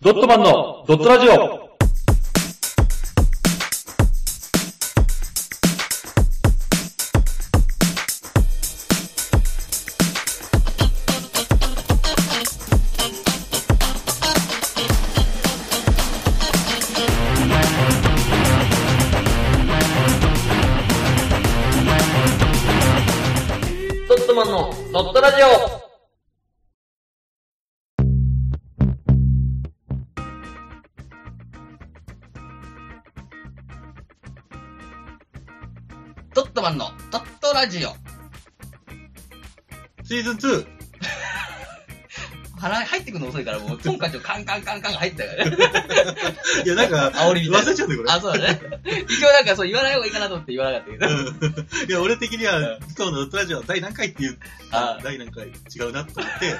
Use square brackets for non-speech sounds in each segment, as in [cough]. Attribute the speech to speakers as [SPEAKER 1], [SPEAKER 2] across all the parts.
[SPEAKER 1] ドットマンのドットラジオ
[SPEAKER 2] ドットマンのドットラジオドットマンのドットラジオ
[SPEAKER 3] シーズン 2!
[SPEAKER 2] 腹入ってくるの遅いから、もう、今回ちょっとカンカンカンカンが入ったから
[SPEAKER 3] [laughs]
[SPEAKER 2] ね。
[SPEAKER 3] いや、なんか、
[SPEAKER 2] 煽りみたいな
[SPEAKER 3] 忘れちゃったこれ。
[SPEAKER 2] あ、そうだね。一応なんかそう言わない方がいいかなと思って言わなかったけど。
[SPEAKER 3] うんいや、俺的には、今日のドットラジオ第何回っていう、
[SPEAKER 2] あ
[SPEAKER 3] 第何回違うなと思って、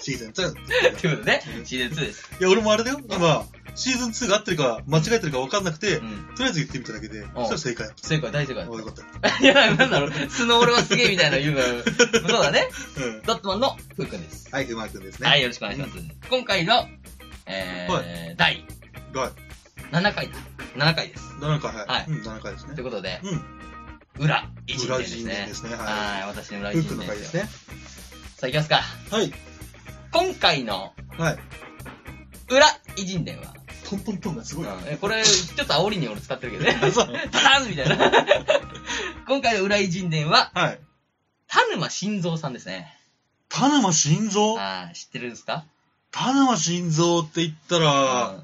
[SPEAKER 3] シーズン 2! って言っ
[SPEAKER 2] と
[SPEAKER 3] た
[SPEAKER 2] い
[SPEAKER 3] いう
[SPEAKER 2] ことでね、シーズン2です。
[SPEAKER 3] や、俺もあれだよ、今、シーズン2が合ってるか、間違えてるか分かんなくて、
[SPEAKER 2] う
[SPEAKER 3] と
[SPEAKER 2] ん。
[SPEAKER 3] りあえず言ってみただけで、そしたら正解。
[SPEAKER 2] 正解、大正解
[SPEAKER 3] あ。よかった。
[SPEAKER 2] いや、なんだろう、素の俺はすげえみたいな言うから、そうだね。
[SPEAKER 3] うん。
[SPEAKER 2] ドットマンのふうくんです。
[SPEAKER 3] はい、うまくんですね。
[SPEAKER 2] はい、よろしくお願いします。今回の、えー
[SPEAKER 3] は
[SPEAKER 2] 第
[SPEAKER 3] はい。
[SPEAKER 2] 7回だ。7回です。
[SPEAKER 3] 7回、はい。
[SPEAKER 2] はい
[SPEAKER 3] うん、7回です
[SPEAKER 2] とい
[SPEAKER 3] ね
[SPEAKER 2] う。ことで、
[SPEAKER 3] うん。
[SPEAKER 2] 裏、一人
[SPEAKER 3] 裏
[SPEAKER 2] です
[SPEAKER 3] 人間
[SPEAKER 2] ね
[SPEAKER 3] で。すね。は
[SPEAKER 2] はい、私の裏
[SPEAKER 3] い。
[SPEAKER 2] 一
[SPEAKER 3] ふう
[SPEAKER 2] 人
[SPEAKER 3] くんの
[SPEAKER 2] で
[SPEAKER 3] 回
[SPEAKER 2] す
[SPEAKER 3] で
[SPEAKER 2] よ
[SPEAKER 3] す。ね。
[SPEAKER 2] さあ、いきますか。
[SPEAKER 3] はい。
[SPEAKER 2] 今回の
[SPEAKER 3] はい。
[SPEAKER 2] 裏偉人伝は、
[SPEAKER 3] トントントンがすごい。
[SPEAKER 2] うんえこれ、ちょっと煽りに俺使ってるけどね。 [laughs]
[SPEAKER 3] あ [laughs] そう。
[SPEAKER 2] パターンみたいな。 [laughs] 今回の裏偉人伝は、
[SPEAKER 3] はい。
[SPEAKER 2] 田沼晋三さんですね。
[SPEAKER 3] 田沼晋三
[SPEAKER 2] あー知ってるんですか
[SPEAKER 3] 田沼晋三って言ったら、
[SPEAKER 2] うん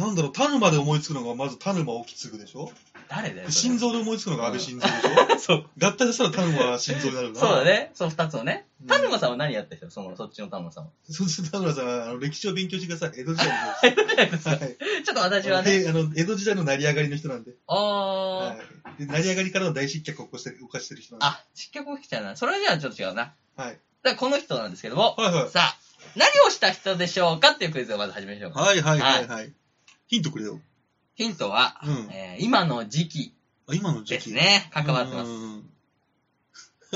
[SPEAKER 3] なんだろう、田沼で思いつくのが、まず田沼興継でしょ
[SPEAKER 2] 誰だよ。それ
[SPEAKER 3] 心臓で思いつくのが安倍晋三でしょ
[SPEAKER 2] [laughs] そう。
[SPEAKER 3] 合体したら田沼は心臓になるな。
[SPEAKER 2] そうだ。ね。その二つをね
[SPEAKER 3] う。ん
[SPEAKER 2] 田沼さんは何やった人その、そっちの田沼さんは。
[SPEAKER 3] そして田沼さんは、あの、歴史を勉強してください。江戸時代の。はい。
[SPEAKER 2] ちょっと私はね、
[SPEAKER 3] であの、江戸時代の成り上がりの人なんで。
[SPEAKER 2] あ
[SPEAKER 3] は
[SPEAKER 2] ー、
[SPEAKER 3] い。で成り上がりからの大失脚を起こして、犯してる人なん
[SPEAKER 2] あ、失脚起きちゃうな。それじゃあちょっと違うな。
[SPEAKER 3] で。は
[SPEAKER 2] だ
[SPEAKER 3] い。
[SPEAKER 2] からこの人なんですけども、
[SPEAKER 3] はいはい。
[SPEAKER 2] さあ、何をした人でしょうかっていうクイズをまず始めましょうか。
[SPEAKER 3] はいはいはいはい。ヒントくれよ。
[SPEAKER 2] ヒントは、
[SPEAKER 3] うん
[SPEAKER 2] えー今の時期
[SPEAKER 3] あ、今の時
[SPEAKER 2] で
[SPEAKER 3] 期。
[SPEAKER 2] す。ね。関わってま
[SPEAKER 3] う
[SPEAKER 2] す。
[SPEAKER 3] ん。 [laughs]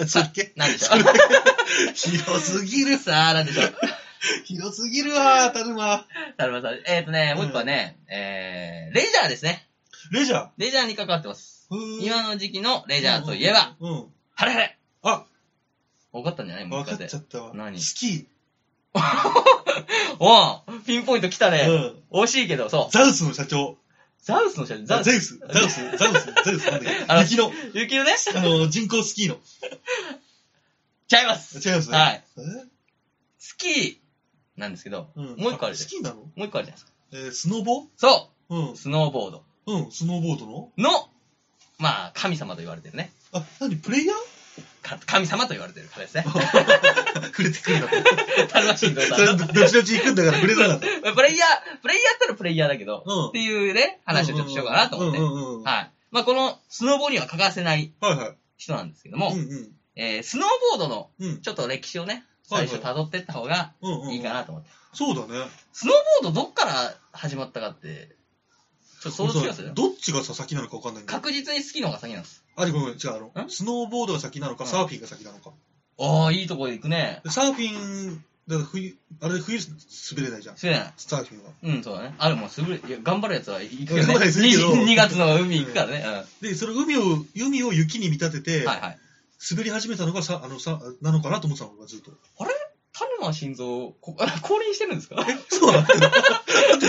[SPEAKER 3] それ
[SPEAKER 2] [laughs]
[SPEAKER 3] っけ
[SPEAKER 2] 何でしょ
[SPEAKER 3] そうれ広すぎる。
[SPEAKER 2] さあ、何でしょう
[SPEAKER 3] 広すぎるわ、田沼。
[SPEAKER 2] 田沼さん。えっ、ー、とね、もう一個はね、えー、レジャーですね。
[SPEAKER 3] レジャー。
[SPEAKER 2] レジャーに関わってます。
[SPEAKER 3] ふー
[SPEAKER 2] 今の時期のレジャーといえば、。
[SPEAKER 3] うん。
[SPEAKER 2] 晴れ晴れ
[SPEAKER 3] あ
[SPEAKER 2] 分かったんじゃないもう
[SPEAKER 3] 分
[SPEAKER 2] 一
[SPEAKER 3] か
[SPEAKER 2] 回で
[SPEAKER 3] っちゃ。ったわ。
[SPEAKER 2] 何
[SPEAKER 3] スキ
[SPEAKER 2] おうピンポイント来た
[SPEAKER 3] ー。う
[SPEAKER 2] ね。
[SPEAKER 3] ん。
[SPEAKER 2] 惜しいけど、そう。
[SPEAKER 3] ザウスの社長。
[SPEAKER 2] ザウスの社長、ザウス。
[SPEAKER 3] ゼウス、ザウス、ザウス、ゼウス、なんだっ
[SPEAKER 2] あの
[SPEAKER 3] け雪の、
[SPEAKER 2] 雪のね。
[SPEAKER 3] あの、人工スキーの。
[SPEAKER 2] ちゃいます。
[SPEAKER 3] 違いますね。
[SPEAKER 2] はい。
[SPEAKER 3] え
[SPEAKER 2] スキーなんですけど、
[SPEAKER 3] うん
[SPEAKER 2] もう一個あるじゃ
[SPEAKER 3] スキーなの
[SPEAKER 2] ん。もう一個あるじゃないですか。
[SPEAKER 3] えー、スノボ
[SPEAKER 2] そうう。
[SPEAKER 3] ん。
[SPEAKER 2] スノーボード
[SPEAKER 3] うん、スノーボードの
[SPEAKER 2] の、まあ、神様と言われてるね。
[SPEAKER 3] あ、なに、プレイヤー
[SPEAKER 2] か神様と言われてる方
[SPEAKER 3] [laughs]
[SPEAKER 2] ですね。 [laughs]
[SPEAKER 3] 触れてくるな。
[SPEAKER 2] 田沼慎吾さ
[SPEAKER 3] そ
[SPEAKER 2] んの。
[SPEAKER 3] れ、どっちどっち行くんだから触れそうなんだ。
[SPEAKER 2] プレイヤー、プレイヤーったらプレイヤーだけど、
[SPEAKER 3] うん
[SPEAKER 2] っていうね、話をちょっとしようかなと思って。
[SPEAKER 3] うんうんうん。は
[SPEAKER 2] はい。まあ、このスノーボーには欠かせない
[SPEAKER 3] いは
[SPEAKER 2] 人なんですけども、
[SPEAKER 3] い。うんうん。
[SPEAKER 2] えースノーボードの
[SPEAKER 3] うん
[SPEAKER 2] ちょっと歴史をね、
[SPEAKER 3] はいは
[SPEAKER 2] 最
[SPEAKER 3] い
[SPEAKER 2] 初辿ってった方が
[SPEAKER 3] うんうんうん。
[SPEAKER 2] いいかなと思って。
[SPEAKER 3] そうだね。
[SPEAKER 2] スノーボードどっから始まったかって、ちょっと想像つきます
[SPEAKER 3] どっちがさ、先なのか分かんないんだよ。
[SPEAKER 2] 確実にスキーの方が先なんです。
[SPEAKER 3] あ、ごめんごめん、違う、あの、
[SPEAKER 2] ん
[SPEAKER 3] スノーボードが先なのか、
[SPEAKER 2] うん
[SPEAKER 3] サーフィンが先なのか。
[SPEAKER 2] ああ、いいとこで行くね。
[SPEAKER 3] でサーフィン、だから冬、あれで冬滑れないじゃん。
[SPEAKER 2] すげえな。
[SPEAKER 3] サーフィンは。
[SPEAKER 2] うん、そうだね。あるもん、すぐ、いや頑張るやつは行くよね。
[SPEAKER 3] 頑張るやついるけど
[SPEAKER 2] 2, 月の海行くからね。うん。
[SPEAKER 3] で、その海を、海を雪に見立てて、
[SPEAKER 2] はいはい。
[SPEAKER 3] 滑り始めたのがさ、あのさ、なのかなと思ってたの、俺はずっと。 [laughs]
[SPEAKER 2] 田沼心臓、こ [laughs] あ降臨してるんですか [laughs]
[SPEAKER 3] そうなん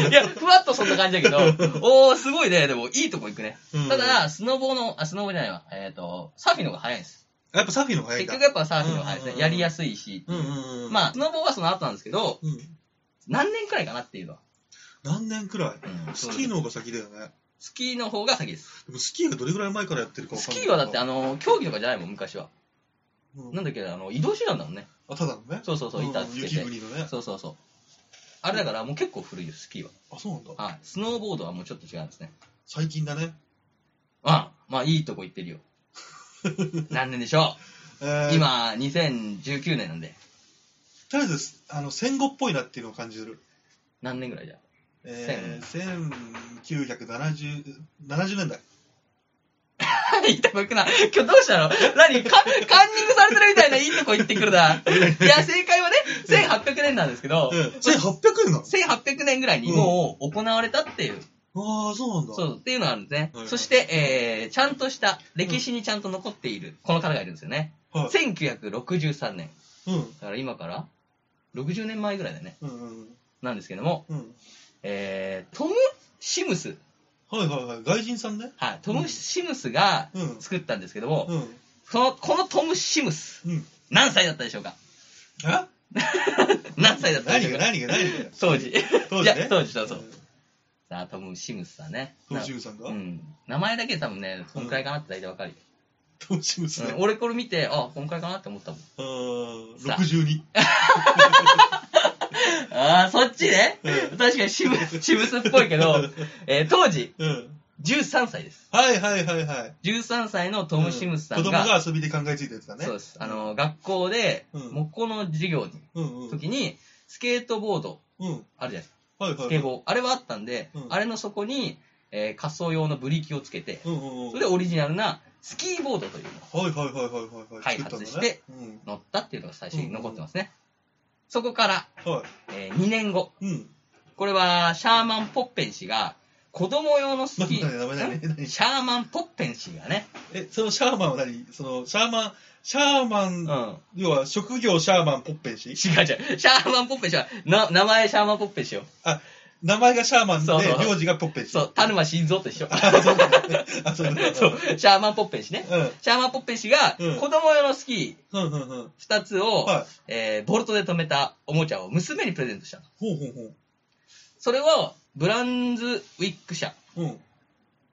[SPEAKER 2] いや、ふわっとそんな感じだけ
[SPEAKER 3] [laughs]
[SPEAKER 2] ど、おー、すごいね。でも、いいとこ行くね。ただ、スノボの、あ、スノボじゃないわ。えっ、と、サーフィンの方が早いです。
[SPEAKER 3] やっぱサーフィンの方が早い
[SPEAKER 2] 結
[SPEAKER 3] んだ
[SPEAKER 2] 局。やっぱサーフィンの方が早いです
[SPEAKER 3] うんうんう
[SPEAKER 2] ね。
[SPEAKER 3] ん
[SPEAKER 2] やりやすいし。
[SPEAKER 3] うんうんうん。
[SPEAKER 2] まあ、スノボはその後なんですけど、
[SPEAKER 3] うん。
[SPEAKER 2] 何年くらいかなっていうのは。
[SPEAKER 3] 何年くらい
[SPEAKER 2] うん
[SPEAKER 3] スキーの方が先だよね。
[SPEAKER 2] スキーの方が先です。
[SPEAKER 3] でもスキーがどれぐらい前からやってるかわ
[SPEAKER 2] ス
[SPEAKER 3] かんない。
[SPEAKER 2] キーはだって、あの、競技とかじゃないもん、昔は。
[SPEAKER 3] うん
[SPEAKER 2] なんだっけ、あの、移動手段だもんね。
[SPEAKER 3] あ、ただのね。
[SPEAKER 2] そうそうそう、板
[SPEAKER 3] ん
[SPEAKER 2] つけ
[SPEAKER 3] 雪
[SPEAKER 2] て。
[SPEAKER 3] 国のね。
[SPEAKER 2] そうそうそう。あれだからもう結構古いよ、スキーは。
[SPEAKER 3] あ、そうなんだ。
[SPEAKER 2] はい。スノーボードはもうちょっと違うんですね。
[SPEAKER 3] 最近だね。 [laughs]
[SPEAKER 2] あまあいいとこ行ってるよ。何年でしょ
[SPEAKER 3] え
[SPEAKER 2] う
[SPEAKER 3] ー。
[SPEAKER 2] 今、2019年なんで。
[SPEAKER 3] とりあえず、あの、戦後っぽいなっていうのを感じる。
[SPEAKER 2] 何年ぐらいじゃ
[SPEAKER 3] えー、1970、70年代。
[SPEAKER 2] いいとこ行くな。今日どうしたの何かカンニングされてるみたいないいとこ行ってくるな。いや、正解はね、1800年なんですけど、
[SPEAKER 3] うん1800円なの
[SPEAKER 2] 1800年ぐらいにもう行われたっていう、
[SPEAKER 3] ああ、そうなんだ。
[SPEAKER 2] そう、っていうのがあるんですね。
[SPEAKER 3] はいはい
[SPEAKER 2] そして、えー、ちゃんとした、歴史にちゃんと残っている、この方がいるんですよね。
[SPEAKER 3] はい。
[SPEAKER 2] 1963年。
[SPEAKER 3] うん。
[SPEAKER 2] だから今から、60年前ぐらいだよね。
[SPEAKER 3] うんうん。
[SPEAKER 2] なんですけども、
[SPEAKER 3] うん。
[SPEAKER 2] えー、トム・シムス。
[SPEAKER 3] はいはいはい。外人さんね。
[SPEAKER 2] はい、トム・シムスが
[SPEAKER 3] うん。
[SPEAKER 2] 作ったんですけども、
[SPEAKER 3] うん。
[SPEAKER 2] そのこのトム・シムス、
[SPEAKER 3] うん。
[SPEAKER 2] 何歳だったでしょうか
[SPEAKER 3] え
[SPEAKER 2] 何歳だったで
[SPEAKER 3] 何
[SPEAKER 2] しょ
[SPEAKER 3] が
[SPEAKER 2] うか
[SPEAKER 3] 何が何が
[SPEAKER 2] 当時。
[SPEAKER 3] 当
[SPEAKER 2] い
[SPEAKER 3] 時
[SPEAKER 2] や
[SPEAKER 3] ね。。
[SPEAKER 2] 当時そうそうんさあ、トム・シムスさんね。
[SPEAKER 3] トムシムさんが
[SPEAKER 2] うん。名前だけで多分ね、こんくらいかなって大体わかるよ。
[SPEAKER 3] トムシムさん
[SPEAKER 2] うん。俺これ見て、あ、こんくらいかなって思ったもん。
[SPEAKER 3] あー
[SPEAKER 2] さあ
[SPEAKER 3] 62。
[SPEAKER 2] ああ、そっちね。
[SPEAKER 3] う
[SPEAKER 2] 確かに
[SPEAKER 3] [laughs]
[SPEAKER 2] シム、シムスっぽいけど、えー当時、
[SPEAKER 3] うん。
[SPEAKER 2] 13歳です。
[SPEAKER 3] はいはいはいはい。
[SPEAKER 2] 13歳のトム・シムスさん
[SPEAKER 3] 子供
[SPEAKER 2] が、
[SPEAKER 3] が遊びで考えついたやつだね。
[SPEAKER 2] そうです。あの、学校で、
[SPEAKER 3] うん
[SPEAKER 2] 木工の授業
[SPEAKER 3] うんう
[SPEAKER 2] の
[SPEAKER 3] ん。
[SPEAKER 2] 時に、スケートボード、
[SPEAKER 3] うん。
[SPEAKER 2] あるじゃないですか。
[SPEAKER 3] はいはいはい。
[SPEAKER 2] スケボー。あれはあったんで、
[SPEAKER 3] うん
[SPEAKER 2] あれの底に、えー仮想用のブリキをつけて、
[SPEAKER 3] うんうんうん。
[SPEAKER 2] それでオリジナルなスキーボードというのを
[SPEAKER 3] はいはいはいはいはい。
[SPEAKER 2] 開
[SPEAKER 3] 作ったん
[SPEAKER 2] 発
[SPEAKER 3] だね
[SPEAKER 2] して
[SPEAKER 3] うん。
[SPEAKER 2] 乗ったっていうのが最初に残ってますね。そこから、
[SPEAKER 3] は
[SPEAKER 2] えー2年後。
[SPEAKER 3] い。うん。
[SPEAKER 2] これは、シャーマン・ポッペン氏が、子供用 [laughs] のスキ
[SPEAKER 3] ダメだダメだ
[SPEAKER 2] ー、んシャーマン・ポッペン氏がね、
[SPEAKER 3] え、そのシャーマンは何その、シャーマン、シャーマ
[SPEAKER 2] うん。
[SPEAKER 3] ン、
[SPEAKER 2] 違
[SPEAKER 3] 要は職業シャーマンポッペン氏
[SPEAKER 2] う違う。シャーマン・ポッペン氏は、な名前シャーマン・ポッペン氏よ。
[SPEAKER 3] 名前がシャーマンで
[SPEAKER 2] そうそう、
[SPEAKER 3] 名字がポッペン氏。
[SPEAKER 2] そう、田沼晋三と一緒。
[SPEAKER 3] あ、そうだね。あ、そうだね。
[SPEAKER 2] そう、シャーマン・ポッペン氏ね。
[SPEAKER 3] う
[SPEAKER 2] シャーマン・ポッペン氏が、
[SPEAKER 3] うん
[SPEAKER 2] 子供用のスキ
[SPEAKER 3] ん。うんうんうん。
[SPEAKER 2] ー2つを、
[SPEAKER 3] はい。
[SPEAKER 2] えーボルトで止めたおもちゃを娘にプレゼントしたの。
[SPEAKER 3] ほうほうほう。
[SPEAKER 2] それを、ブランズウィック社
[SPEAKER 3] うん。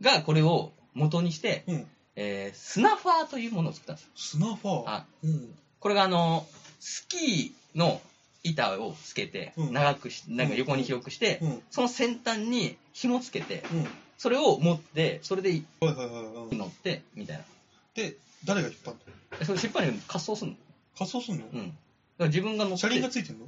[SPEAKER 2] がこれを元にして、
[SPEAKER 3] うん。
[SPEAKER 2] えースナファーというものを作ったんです。
[SPEAKER 3] スナファー。
[SPEAKER 2] あ
[SPEAKER 3] うん。
[SPEAKER 2] これがあの、スキーの板をつけて、
[SPEAKER 3] うん
[SPEAKER 2] 長くし、なんか横に広くして、
[SPEAKER 3] うん。
[SPEAKER 2] その先端に紐つけて、
[SPEAKER 3] うん。
[SPEAKER 2] それを持って、それで
[SPEAKER 3] はいはいはいはい。
[SPEAKER 2] 乗って、みたいな。
[SPEAKER 3] で、誰が引っ張るの
[SPEAKER 2] えそれ失敗に滑走すんの
[SPEAKER 3] 仮装すんの、
[SPEAKER 2] うん。だから自分が乗って。
[SPEAKER 3] 車輪がついてんの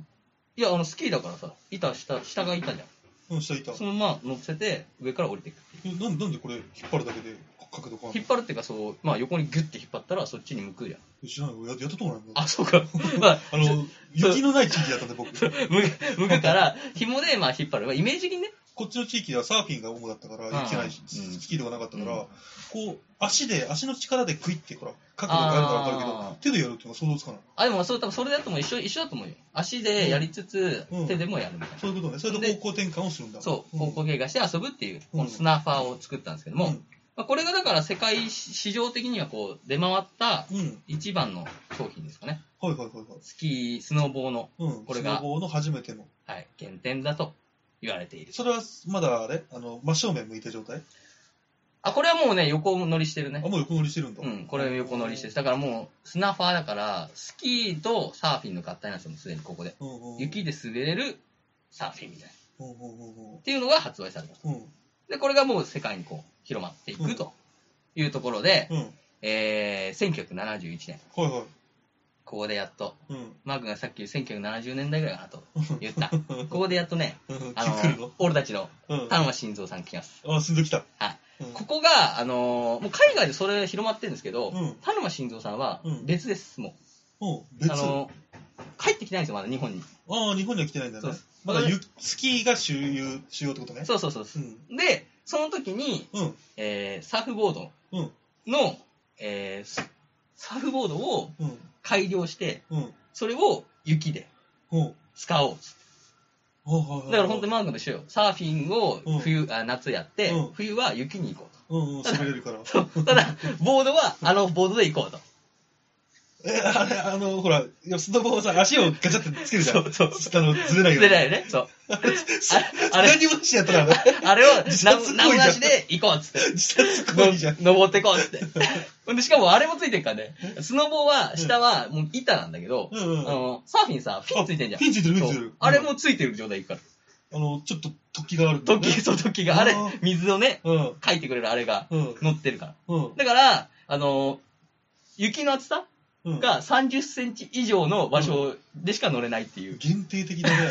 [SPEAKER 2] いや、あの、スキーだからさ、板、下、下が板じゃ
[SPEAKER 3] うん、下いた
[SPEAKER 2] ん。。そのまま乗せて、上から降りていく。
[SPEAKER 3] えなんなんでこれ引っ張るだけで角度変わる
[SPEAKER 2] 引っ張るっていうか、そう、まあ横にギュッて引っ張ったら、そっちに向くじゃん。
[SPEAKER 3] の知らないややったとこないもん
[SPEAKER 2] あ、そうか。まあ、
[SPEAKER 3] あの、雪のない地域だったんで僕。
[SPEAKER 2] [laughs] 向くから、紐で、まあ引っ張る。まあイメージ的にね。
[SPEAKER 3] こっちの地域ではサーフィンが主だったから、
[SPEAKER 2] うん
[SPEAKER 3] 行けないし、
[SPEAKER 2] うん
[SPEAKER 3] スキーとかなかったから、
[SPEAKER 2] うん
[SPEAKER 3] こう、足で、足の力でクイって、ほら、角度変えるからわかるけ
[SPEAKER 2] あ
[SPEAKER 3] ど
[SPEAKER 2] ー、
[SPEAKER 3] 手でやるっていうのは想像つかない。
[SPEAKER 2] あ、でもそう、多分それだともう一緒、一緒だと思うよ。足でやりつつ、
[SPEAKER 3] うん
[SPEAKER 2] 手でもやるみたいな。
[SPEAKER 3] そういうことね。それで方向転換をするんだ。
[SPEAKER 2] そう、
[SPEAKER 3] ん
[SPEAKER 2] 方向。形がして遊ぶっていう、
[SPEAKER 3] うん
[SPEAKER 2] このスナーファーを作ったんですけども、
[SPEAKER 3] うん
[SPEAKER 2] まあ、これがだから世界市場的にはこう、出回った
[SPEAKER 3] うん。
[SPEAKER 2] 一番の商品ですかね。
[SPEAKER 3] はいはいはいはい。
[SPEAKER 2] スキー、スノーボーの、
[SPEAKER 3] うん。
[SPEAKER 2] これが
[SPEAKER 3] スノボーの初めての。
[SPEAKER 2] はい、原点だと言われている。
[SPEAKER 3] それは、まだあれあの、真正面向いた状態
[SPEAKER 2] あ、これはもうね、横乗りしてる
[SPEAKER 3] あ、
[SPEAKER 2] ね。
[SPEAKER 3] もう横乗りしてるんだ。
[SPEAKER 2] うん、これ横乗りしてる。だからもう、スナーファーだから、スキーとサーフィンの合体なんですよ、もうすでにここで。
[SPEAKER 3] うんうんうん。
[SPEAKER 2] 雪で滑れるサーフィンみたいな。っ
[SPEAKER 3] うんうんうん
[SPEAKER 2] ていうのが発売された。
[SPEAKER 3] うん。うん。
[SPEAKER 2] で、これがもう世界にこう、広まっていくというところで、
[SPEAKER 3] うん。はい
[SPEAKER 2] えー、1971年、
[SPEAKER 3] はい。
[SPEAKER 2] ここでやっと、
[SPEAKER 3] うん。
[SPEAKER 2] マークがさっき1970年代ぐらいかなと言った。こ
[SPEAKER 3] うん。 [laughs]
[SPEAKER 2] こでやっとね、
[SPEAKER 3] うん
[SPEAKER 2] あ
[SPEAKER 3] 来るの
[SPEAKER 2] の、俺たちの
[SPEAKER 3] うん。
[SPEAKER 2] 田沼晋三さん来ます。
[SPEAKER 3] あ、すんどきた。
[SPEAKER 2] はい
[SPEAKER 3] うん。
[SPEAKER 2] ここが、あのーもう海外でそれ広まってるんですけど、
[SPEAKER 3] うん
[SPEAKER 2] 田沼晋三さんは
[SPEAKER 3] うん
[SPEAKER 2] 別です、も
[SPEAKER 3] うん。
[SPEAKER 2] う。
[SPEAKER 3] 別
[SPEAKER 2] あのー帰ってきてないんですよ、まだ日本に。
[SPEAKER 3] ああ、日本には来てないんだ
[SPEAKER 2] そう
[SPEAKER 3] ね
[SPEAKER 2] です。
[SPEAKER 3] まだゆスキーが主流、主要ってことね。
[SPEAKER 2] そうそうそうそうう。
[SPEAKER 3] ん。
[SPEAKER 2] で、その時に、
[SPEAKER 3] うん。
[SPEAKER 2] えー、サーフボード
[SPEAKER 3] うん。
[SPEAKER 2] の、えースサーフボードを
[SPEAKER 3] うん。
[SPEAKER 2] 改良して、
[SPEAKER 3] うん。
[SPEAKER 2] それを雪で
[SPEAKER 3] うん。
[SPEAKER 2] 使おうっつって
[SPEAKER 3] だ
[SPEAKER 2] だから本当にマークと一緒よ。サーフィンを冬、あ夏やって、
[SPEAKER 3] うん
[SPEAKER 2] 冬は雪に行こう
[SPEAKER 3] うんうん、滑れるから。
[SPEAKER 2] と。 [laughs] そうただ、ボードはあのボードで行こうと。
[SPEAKER 3] え、あれ、あの、ほら、いやスノボーさ、足をガチャってつけるじゃん。
[SPEAKER 2] そう
[SPEAKER 3] あの、ずれないよ
[SPEAKER 2] ずれ
[SPEAKER 3] うに [laughs]
[SPEAKER 2] ないよね。そう。あ
[SPEAKER 3] あ
[SPEAKER 2] あ
[SPEAKER 3] れ、
[SPEAKER 2] れ
[SPEAKER 3] 何もしやったら、
[SPEAKER 2] [laughs]
[SPEAKER 3] あれ
[SPEAKER 2] あれを
[SPEAKER 3] 自
[SPEAKER 2] な
[SPEAKER 3] 殺行為じゃん
[SPEAKER 2] 名もなしで行こうっつって。
[SPEAKER 3] 自殺行為じゃん。
[SPEAKER 2] 登ってこうっつ
[SPEAKER 3] [laughs]
[SPEAKER 2] って。ほんで、しかもあれもついてるからね。スノボは、下はもう板なんだけど、
[SPEAKER 3] うんうん
[SPEAKER 2] あの、サーフィンさ、ピンついてんじゃん。
[SPEAKER 3] ピンついてる、ピンついて
[SPEAKER 2] そ
[SPEAKER 3] る
[SPEAKER 2] う。あれもついてる状態行くから。
[SPEAKER 3] うん、あの、ちょっと突起があるんだよね。
[SPEAKER 2] 時、そう、時が、あれ
[SPEAKER 3] あー、
[SPEAKER 2] 水をね、
[SPEAKER 3] うん。
[SPEAKER 2] かいてくれるあれが
[SPEAKER 3] うん。
[SPEAKER 2] 乗ってるから。
[SPEAKER 3] うん。
[SPEAKER 2] だから、あの、雪の厚さ
[SPEAKER 3] うん
[SPEAKER 2] が30センチ以上の場所でしか乗れないっていう。
[SPEAKER 3] 限定的だ
[SPEAKER 2] [laughs]
[SPEAKER 3] ね。 [laughs]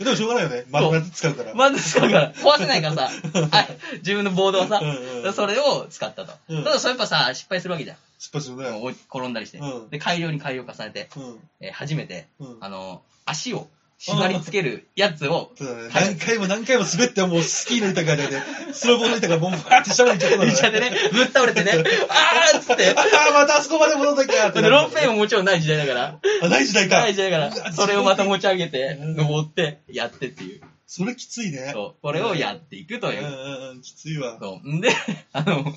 [SPEAKER 3] でもしょうがないよね。丸まず使うから。
[SPEAKER 2] まず使うから、壊せないからさ、あ自分のボードはさ
[SPEAKER 3] うんうんう、ん
[SPEAKER 2] それを使ったと。
[SPEAKER 3] うん
[SPEAKER 2] ただ、それやっぱさ、失敗するわけじゃん。
[SPEAKER 3] 失敗するね。
[SPEAKER 2] もう転んだりして
[SPEAKER 3] うん。
[SPEAKER 2] で、改良に改良を重ねて、
[SPEAKER 3] うん。
[SPEAKER 2] えー初めて、
[SPEAKER 3] うん
[SPEAKER 2] あ。の、足を縛り付けるやつを、
[SPEAKER 3] そうだね。何回も何回も滑って、もうスキーの板がね、スノボーの板がもうバーって下まで行っちゃったから
[SPEAKER 2] 電車
[SPEAKER 3] ね。
[SPEAKER 2] でね、ぶっ倒れてね、あーっつって、
[SPEAKER 3] ああ、またあそこまで戻ったきゃって
[SPEAKER 2] でロープウェイももちろんない時代だから、
[SPEAKER 3] あ、ない時代か
[SPEAKER 2] ない。時代だから、それをまた持ち上げて、登って、やってっていう。
[SPEAKER 3] それきついね。
[SPEAKER 2] そう、これをやっていくと
[SPEAKER 3] う
[SPEAKER 2] い
[SPEAKER 3] ん
[SPEAKER 2] う。
[SPEAKER 3] うんうん、きついわ。
[SPEAKER 2] そう。んで、あの、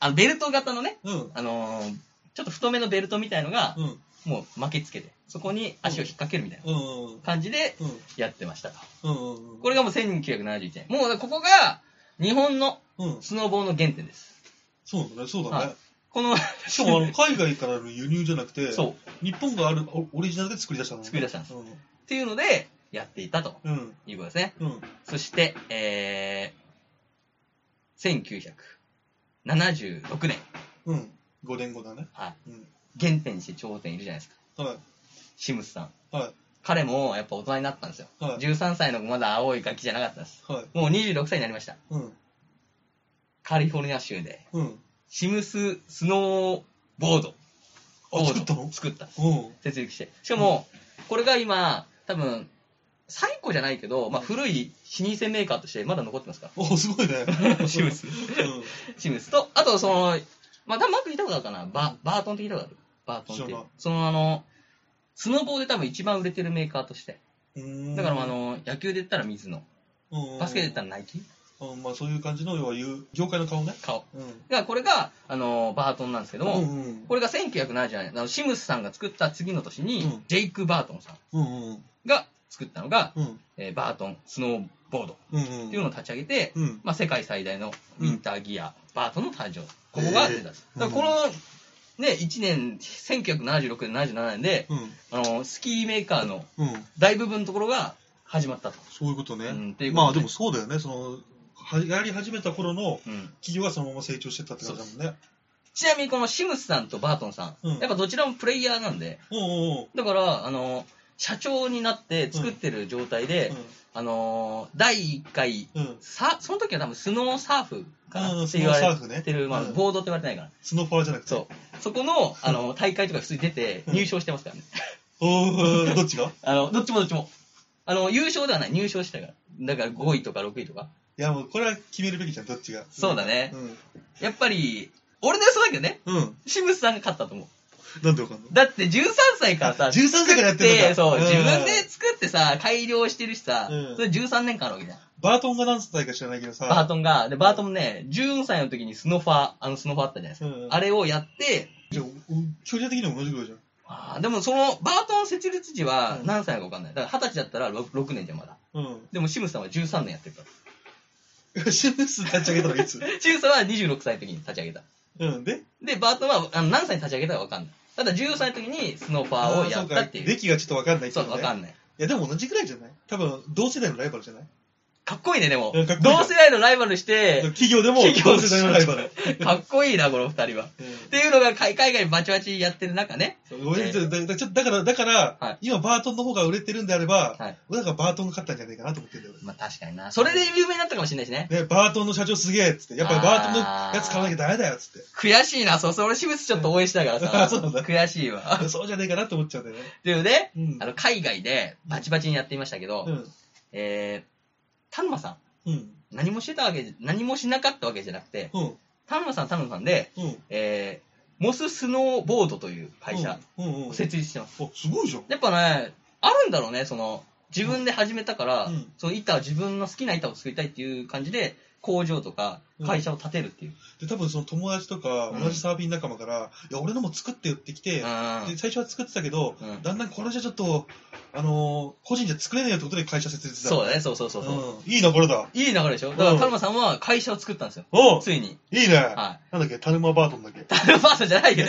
[SPEAKER 2] あのベルト型のね、
[SPEAKER 3] うん。
[SPEAKER 2] あのーちょっと太めのベルトみたいのが、
[SPEAKER 3] うん。
[SPEAKER 2] もう巻きつけて、そこに足を引っ掛けるみたいな
[SPEAKER 3] うんうん
[SPEAKER 2] 感じで
[SPEAKER 3] うん。
[SPEAKER 2] やってましたと。
[SPEAKER 3] うんうんうん。
[SPEAKER 2] これがもう1971年。もうここが日本の
[SPEAKER 3] うん。
[SPEAKER 2] スノーボーの原点です。
[SPEAKER 3] そうだね、そうだね。
[SPEAKER 2] この、
[SPEAKER 3] しかもあの、海外からの輸入じゃなくて、
[SPEAKER 2] そう。っ
[SPEAKER 3] 日本があるオオリジナルで作り出したの。。
[SPEAKER 2] 作り出したんですていうので、やっていたと
[SPEAKER 3] うん。
[SPEAKER 2] いうことですね。
[SPEAKER 3] うん。
[SPEAKER 2] そして、えー、1976年。
[SPEAKER 3] うん。5年後だね。
[SPEAKER 2] はい。
[SPEAKER 3] うん。
[SPEAKER 2] 原点にして頂点いるじゃないですか。
[SPEAKER 3] は
[SPEAKER 2] シムスさん。
[SPEAKER 3] い。は
[SPEAKER 2] 彼もやっぱ大人になったんですよ。
[SPEAKER 3] い。はい。
[SPEAKER 2] 13歳のまだ青いガキじゃなかったんです。
[SPEAKER 3] はい。
[SPEAKER 2] もう26歳になりました。
[SPEAKER 3] うん。
[SPEAKER 2] カリフォルニア州で、
[SPEAKER 3] うん。
[SPEAKER 2] シムススノーボード。
[SPEAKER 3] あ、作ったの
[SPEAKER 2] 作った。
[SPEAKER 3] うん。
[SPEAKER 2] 設立して。しかも、これが今、多分、最古じゃないけど、まあ、古い老舗メーカーとしてまだ残ってますか
[SPEAKER 3] お、 [laughs] すごい
[SPEAKER 2] [laughs]
[SPEAKER 3] ね。
[SPEAKER 2] ら。シムス。
[SPEAKER 3] う
[SPEAKER 2] シムスと、あとその、まあ、たまく聞いたことあるかな。ババートンって聞いたことあるバートンっ
[SPEAKER 3] 知
[SPEAKER 2] てい
[SPEAKER 3] ら
[SPEAKER 2] う
[SPEAKER 3] ない。
[SPEAKER 2] そのあの、スノーボーで多分一番売れてるメーカーとして。
[SPEAKER 3] ん。
[SPEAKER 2] だからあの、野球で言ったら水野。
[SPEAKER 3] の
[SPEAKER 2] バスケで言ったらナイキ
[SPEAKER 3] うん、まあそういう感じの、要は言う、業界の顔ね。
[SPEAKER 2] 顔。
[SPEAKER 3] うん。
[SPEAKER 2] が、これが、あの、バートンなんですけども、
[SPEAKER 3] うんうん。
[SPEAKER 2] これが1970年、あのシムスさんが作った次の年に、
[SPEAKER 3] うん
[SPEAKER 2] ジェイク・バートンさん
[SPEAKER 3] うんうん。
[SPEAKER 2] が作ったのが、
[SPEAKER 3] うん。
[SPEAKER 2] えーバートンスノーボードっ
[SPEAKER 3] うんうん。
[SPEAKER 2] ていうのを立ち上げて、
[SPEAKER 3] うん。
[SPEAKER 2] まあ、世界最大のウィンターギア、バートンの誕生。ここが出たんです。
[SPEAKER 3] へー
[SPEAKER 2] だからこの、ね、1年、1976年、77年で、
[SPEAKER 3] うん。
[SPEAKER 2] あの、スキーメーカーの
[SPEAKER 3] うん。
[SPEAKER 2] 大部分のところが始まったと。
[SPEAKER 3] そういうことね。
[SPEAKER 2] うんっていうことね
[SPEAKER 3] まあでもそうだよね。その、はやり始めた頃の
[SPEAKER 2] うん
[SPEAKER 3] 企業がそのまま成長してったって感じだもんね。
[SPEAKER 2] ちなみにこのシムスさんとバートンさん、
[SPEAKER 3] うん
[SPEAKER 2] やっぱどちらもプレイヤーなんで、
[SPEAKER 3] おうんうん
[SPEAKER 2] だから、あの、社長になって作ってる状態で、あのー第1回、
[SPEAKER 3] うん。うん。
[SPEAKER 2] さ、その時は多分スノーサーフか
[SPEAKER 3] う
[SPEAKER 2] なっ
[SPEAKER 3] ん
[SPEAKER 2] て言わ
[SPEAKER 3] スノーサーフ
[SPEAKER 2] れ
[SPEAKER 3] ね
[SPEAKER 2] てる、まあ、
[SPEAKER 3] うん
[SPEAKER 2] ボードって言われてないから。
[SPEAKER 3] スノーパワーじゃなくて。
[SPEAKER 2] そう。そこの、あの、大会とか普通に出て入賞してますからね。
[SPEAKER 3] おーどっちが
[SPEAKER 2] あの、どっちもどっちも。あの、優勝ではない、入賞してたから。だから5位とか6位とか。
[SPEAKER 3] いやもうこれは決めるべきじゃん、どっちが。
[SPEAKER 2] そうだね
[SPEAKER 3] うん。
[SPEAKER 2] やっぱり、俺の予想だけどね、
[SPEAKER 3] うん。
[SPEAKER 2] シムスさんが勝ったと思う。
[SPEAKER 3] なんでわかんの
[SPEAKER 2] だって13歳からさ、
[SPEAKER 3] 13歳からやってるの
[SPEAKER 2] で、
[SPEAKER 3] か
[SPEAKER 2] そう、
[SPEAKER 3] ん
[SPEAKER 2] 自分で作ってさ、改良してるしさ、
[SPEAKER 3] うん
[SPEAKER 2] それ13年間あるわけじゃん。
[SPEAKER 3] バートンが何歳か知らないけどさ。
[SPEAKER 2] バートンが、で、バートンもね、14歳の時にスノファー、あのスノファーあったじゃないですか。
[SPEAKER 3] うんうん
[SPEAKER 2] あれをやって、
[SPEAKER 3] じゃあ、うん距離的にも同じぐらいじゃん。
[SPEAKER 2] あーでもその、バートン設立時は
[SPEAKER 3] うん
[SPEAKER 2] 何歳か分かんない。だから20歳だったら 6, 6年じゃんまだ。
[SPEAKER 3] うん。
[SPEAKER 2] でもシムさんは13年やってるから。
[SPEAKER 3] [laughs] シムス立ち上げたのがい
[SPEAKER 2] [laughs]
[SPEAKER 3] つ
[SPEAKER 2] シムさんは26歳の時に立ち上げた。
[SPEAKER 3] うん。で
[SPEAKER 2] で、バートンはあの何歳に立ち上げたか分かんない。ただ10歳の時にスノーパーをやったって
[SPEAKER 3] あーそうか
[SPEAKER 2] いう。
[SPEAKER 3] 歴がちょっとわかんないけ
[SPEAKER 2] そ
[SPEAKER 3] ど
[SPEAKER 2] う、
[SPEAKER 3] ね。
[SPEAKER 2] 分かんない。
[SPEAKER 3] いやでも同じぐらいじゃない多分、同世代のライバルじゃない
[SPEAKER 2] かっこいいね、でも。
[SPEAKER 3] うんかっこいい
[SPEAKER 2] 同世代のライバルして、
[SPEAKER 3] 企業でも
[SPEAKER 2] 企業
[SPEAKER 3] 同世代のライバル。
[SPEAKER 2] かっこいいな、この二人は。
[SPEAKER 3] うん
[SPEAKER 2] っていうのが海海外バチバチやってる中ね。
[SPEAKER 3] ごめんちょっとだだちょっとだから、だから、
[SPEAKER 2] はい
[SPEAKER 3] 今バートンの方が売れてるんであれば、
[SPEAKER 2] はい
[SPEAKER 3] 俺なんかバートンが勝ったんじゃないかなと思ってんだよ、
[SPEAKER 2] まあ確かにな。それで有名になったかもしれないしね。
[SPEAKER 3] 俺ね、バートンの社長すげえっつって、やっぱりバートンのやつ買わなきゃダメだよっつって
[SPEAKER 2] 悔しいな、そうそう、俺、私物ちょっと応援したから
[SPEAKER 3] あ
[SPEAKER 2] さ、
[SPEAKER 3] [laughs] そうなんだ
[SPEAKER 2] 悔しいわ。 [laughs]
[SPEAKER 3] あ。そうじゃねえかなって思っちゃうんだよね。
[SPEAKER 2] というね、
[SPEAKER 3] うん
[SPEAKER 2] あの、海外でバチバチにやっていましたけど、
[SPEAKER 3] うん。
[SPEAKER 2] えー、田沼さん、
[SPEAKER 3] うん。
[SPEAKER 2] 何もしてたわけじゃ、何もしなかったわけじゃなくて、
[SPEAKER 3] うん。
[SPEAKER 2] 田沼さん、田沼さんで、
[SPEAKER 3] うん。
[SPEAKER 2] えー、モススノーボードという会社
[SPEAKER 3] うん。うん。うん。
[SPEAKER 2] を
[SPEAKER 3] あ、
[SPEAKER 2] 設立してます。
[SPEAKER 3] すごいじゃん。
[SPEAKER 2] やっぱね、あるんだろうね、その、自分で始めたから、
[SPEAKER 3] うん
[SPEAKER 2] その板は自分の好きな板を作りたいっていう感じで、工場とか会社を建てるっていう。
[SPEAKER 3] で、多分その友達とか
[SPEAKER 2] う、ん
[SPEAKER 3] 同じサーフィン仲間から、いや、俺のも作ってよってきて、
[SPEAKER 2] うん
[SPEAKER 3] で最初は作ってたけど、
[SPEAKER 2] うん
[SPEAKER 3] だんだんこれじゃちょっと、あのー個人じゃ作れねえよってことで会社設立だ。
[SPEAKER 2] そうだね、そうそうそうそう。
[SPEAKER 3] うん。いいな、これだ。
[SPEAKER 2] いい流れでしょだか
[SPEAKER 3] う
[SPEAKER 2] ら、
[SPEAKER 3] ん
[SPEAKER 2] カルマさんは会社を作ったんですよ。
[SPEAKER 3] おう
[SPEAKER 2] ついに。
[SPEAKER 3] いいね。
[SPEAKER 2] は
[SPEAKER 3] なんだっけ、タルマバートンだっけ
[SPEAKER 2] い。。 [laughs] タルマートじゃないよ。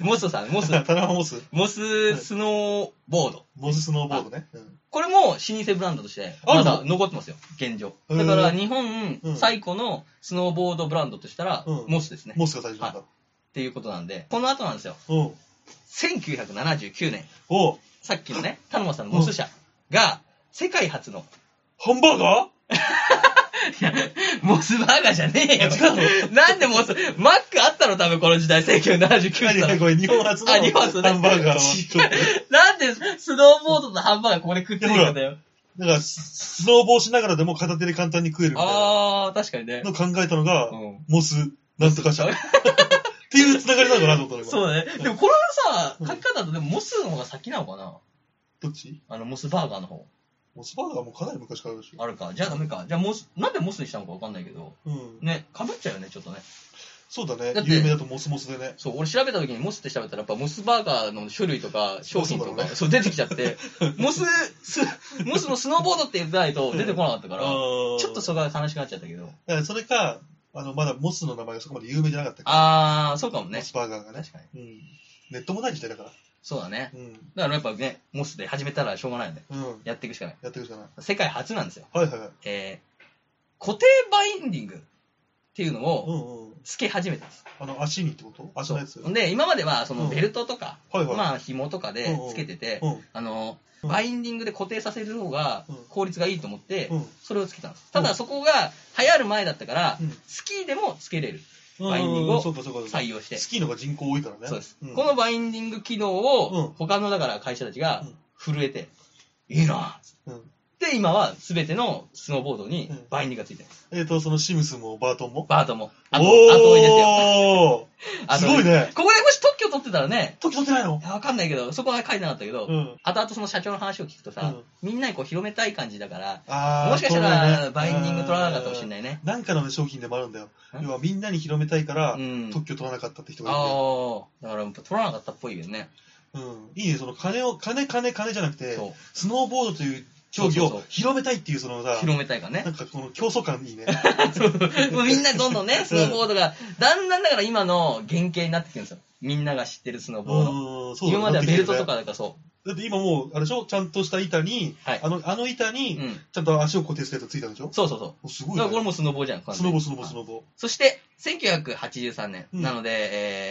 [SPEAKER 2] モスさん、モ
[SPEAKER 3] [laughs]
[SPEAKER 2] ス。
[SPEAKER 3] タルマモス。
[SPEAKER 2] モススノーボード。
[SPEAKER 3] モススノーボードね。うん
[SPEAKER 2] これも老舗ブランドとして、
[SPEAKER 3] あ
[SPEAKER 2] ま
[SPEAKER 3] るの
[SPEAKER 2] だ残ってますよ、現状。
[SPEAKER 3] へー
[SPEAKER 2] だから、日本
[SPEAKER 3] うん
[SPEAKER 2] 最古のスノーボードブランドとしたら
[SPEAKER 3] う、ん
[SPEAKER 2] モスですね。っ
[SPEAKER 3] モスが最初なんだ。
[SPEAKER 2] っていうことなんで、この後なんですよ。
[SPEAKER 3] おう
[SPEAKER 2] 1979年、
[SPEAKER 3] おう
[SPEAKER 2] さっきのね、田沼さんのモス社が、世界初の、
[SPEAKER 3] ハンバーガ
[SPEAKER 2] いやモスバーガーじゃねえよ
[SPEAKER 3] あ違。
[SPEAKER 2] なんでモス、マックあったの多分この時代、1979
[SPEAKER 3] ーい
[SPEAKER 2] 年
[SPEAKER 3] やいや、これ日本初の
[SPEAKER 2] あ日本初ね
[SPEAKER 3] ハンバーガーはちょっと。
[SPEAKER 2] [laughs] なんでスノーボードとハンバーガーここで食ってるんだよ。
[SPEAKER 3] だから、ススノーボーしながらでも片手で簡単に食えるみたいな
[SPEAKER 2] あー、確かにね。
[SPEAKER 3] のを考えたのが、
[SPEAKER 2] うん
[SPEAKER 3] モス、なん [laughs] とか社。っていうつながりなのかなと思ったの今
[SPEAKER 2] そうだね。でもこれはさ、書き方だとでもモスの方が先なのかな
[SPEAKER 3] どっち
[SPEAKER 2] あの、モスバーガーの方。
[SPEAKER 3] モスバーガーもかなり昔からあるでしょ。
[SPEAKER 2] あるか。じゃあダメか。じゃあモス、なんでモスにしたのかわかんないけど。
[SPEAKER 3] うん。
[SPEAKER 2] ね、かぶっちゃうよね、ちょっとね。
[SPEAKER 3] そうだね
[SPEAKER 2] だっ。て
[SPEAKER 3] 有名だとモスモスでね。
[SPEAKER 2] そう、俺調べた時にモスって調べたら、やっぱモスバーガーの種類とか商品と
[SPEAKER 3] そう
[SPEAKER 2] か、
[SPEAKER 3] だ
[SPEAKER 2] そう,、
[SPEAKER 3] ろうね
[SPEAKER 2] 出てきちゃって、モス、スモスのスノーボードって言ってないと出てこなかったから、ち
[SPEAKER 3] ち
[SPEAKER 2] ょっとそこが悲しくなっちゃったけど。
[SPEAKER 3] だからそれか、あの、まだモスの名前がそこまで有名じゃなかったから、
[SPEAKER 2] あー、そうかも
[SPEAKER 3] モ
[SPEAKER 2] ね。
[SPEAKER 3] スバーガーがね。
[SPEAKER 2] 確かに。
[SPEAKER 3] うん。ネットもない時代だから。
[SPEAKER 2] そうだね。
[SPEAKER 3] うん。
[SPEAKER 2] だからやっぱね、モスで始めたらしょうがないよね。
[SPEAKER 3] うん。
[SPEAKER 2] やっていくしかない。
[SPEAKER 3] やってるしかない。
[SPEAKER 2] 世界初なんですよ。
[SPEAKER 3] はいはいはい。
[SPEAKER 2] えー、固定バインディングっていうの
[SPEAKER 3] う
[SPEAKER 2] を
[SPEAKER 3] んうん。
[SPEAKER 2] つけ始めたんです。
[SPEAKER 3] あの、足にってこと足のやつ。
[SPEAKER 2] そうで、今まではそのベルトとか、
[SPEAKER 3] はいはい。
[SPEAKER 2] まあ紐とかでつけてて、
[SPEAKER 3] うん。
[SPEAKER 2] あの、
[SPEAKER 3] うん
[SPEAKER 2] バインディングで固定させる方が
[SPEAKER 3] うん
[SPEAKER 2] 効率がいいと思って、
[SPEAKER 3] うん。
[SPEAKER 2] それをつけたんです。ただそこが流行る前だったから、
[SPEAKER 3] うん
[SPEAKER 2] スキーでもつけれる。
[SPEAKER 3] うん
[SPEAKER 2] バインディングを
[SPEAKER 3] そうかそうかそうか
[SPEAKER 2] 採用して
[SPEAKER 3] スキーの方が人口多いからね。
[SPEAKER 2] そうです。
[SPEAKER 3] ん
[SPEAKER 2] このバインディング機能
[SPEAKER 3] うん
[SPEAKER 2] を、他のだから会社たちが
[SPEAKER 3] うん
[SPEAKER 2] 震えて、いいな
[SPEAKER 3] うん
[SPEAKER 2] で、今は全てのスノーボードに
[SPEAKER 3] うん
[SPEAKER 2] バインディングがついてるんです。
[SPEAKER 3] えっと、そのシムスもバートンも。
[SPEAKER 2] バートも。あと、
[SPEAKER 3] お
[SPEAKER 2] 後追いですよ。
[SPEAKER 3] おー
[SPEAKER 2] 後
[SPEAKER 3] す
[SPEAKER 2] 追
[SPEAKER 3] ごいね。
[SPEAKER 2] ここでもし特許取ってたらね、
[SPEAKER 3] 時取ってないの
[SPEAKER 2] いやわかんないけど、そこは書いてなかったけど、
[SPEAKER 3] ん。
[SPEAKER 2] 後々その社長の話を聞くとさ、みんなにこう広めたい感じだから、
[SPEAKER 3] あー
[SPEAKER 2] もしかした
[SPEAKER 3] そうだ
[SPEAKER 2] ら
[SPEAKER 3] ね
[SPEAKER 2] バインディング取らなかったかもしれ
[SPEAKER 3] い。
[SPEAKER 2] ないね。
[SPEAKER 3] なんかのね商品でもあるんだよ
[SPEAKER 2] ん。
[SPEAKER 3] 要はみんなに広めたいから
[SPEAKER 2] う、ん。
[SPEAKER 3] 特許取らなかったって人がいて。
[SPEAKER 2] ああ、だからやっぱ取らなかったっぽいよね。
[SPEAKER 3] うん、いいね、その金を、金、金、金じゃなくて
[SPEAKER 2] そう、
[SPEAKER 3] スノーボードという競技
[SPEAKER 2] そうそう
[SPEAKER 3] を
[SPEAKER 2] そう
[SPEAKER 3] 広めたいっていう、そのさ、
[SPEAKER 2] 広めたいからね [laughs]
[SPEAKER 3] な。んかこの競争感いいね。
[SPEAKER 2] そうそうもうみんなどんどん
[SPEAKER 3] [laughs]
[SPEAKER 2] ね、スノーボードが、だんだんだから今の原型になってきてるんですよ。みんなが知ってるスノーボード。
[SPEAKER 3] うん、そうだね
[SPEAKER 2] 今まではベルトと。
[SPEAKER 3] なってきてるね
[SPEAKER 2] かだからそ
[SPEAKER 3] だって今もう、あれでしょちゃんとした板に、
[SPEAKER 2] はい
[SPEAKER 3] あの、あの板
[SPEAKER 2] う。う
[SPEAKER 3] に、
[SPEAKER 2] ん。
[SPEAKER 3] ちゃんと足を固定するやつついたでしょ
[SPEAKER 2] そうそうそう。
[SPEAKER 3] おす
[SPEAKER 2] だ
[SPEAKER 3] ごい
[SPEAKER 2] か
[SPEAKER 3] ね。
[SPEAKER 2] らこれもスノボーじゃん。完
[SPEAKER 3] ス
[SPEAKER 2] 全
[SPEAKER 3] ノ
[SPEAKER 2] に
[SPEAKER 3] ボ、スノボ、スノボ。
[SPEAKER 2] そして、1983年、
[SPEAKER 3] うん
[SPEAKER 2] なので、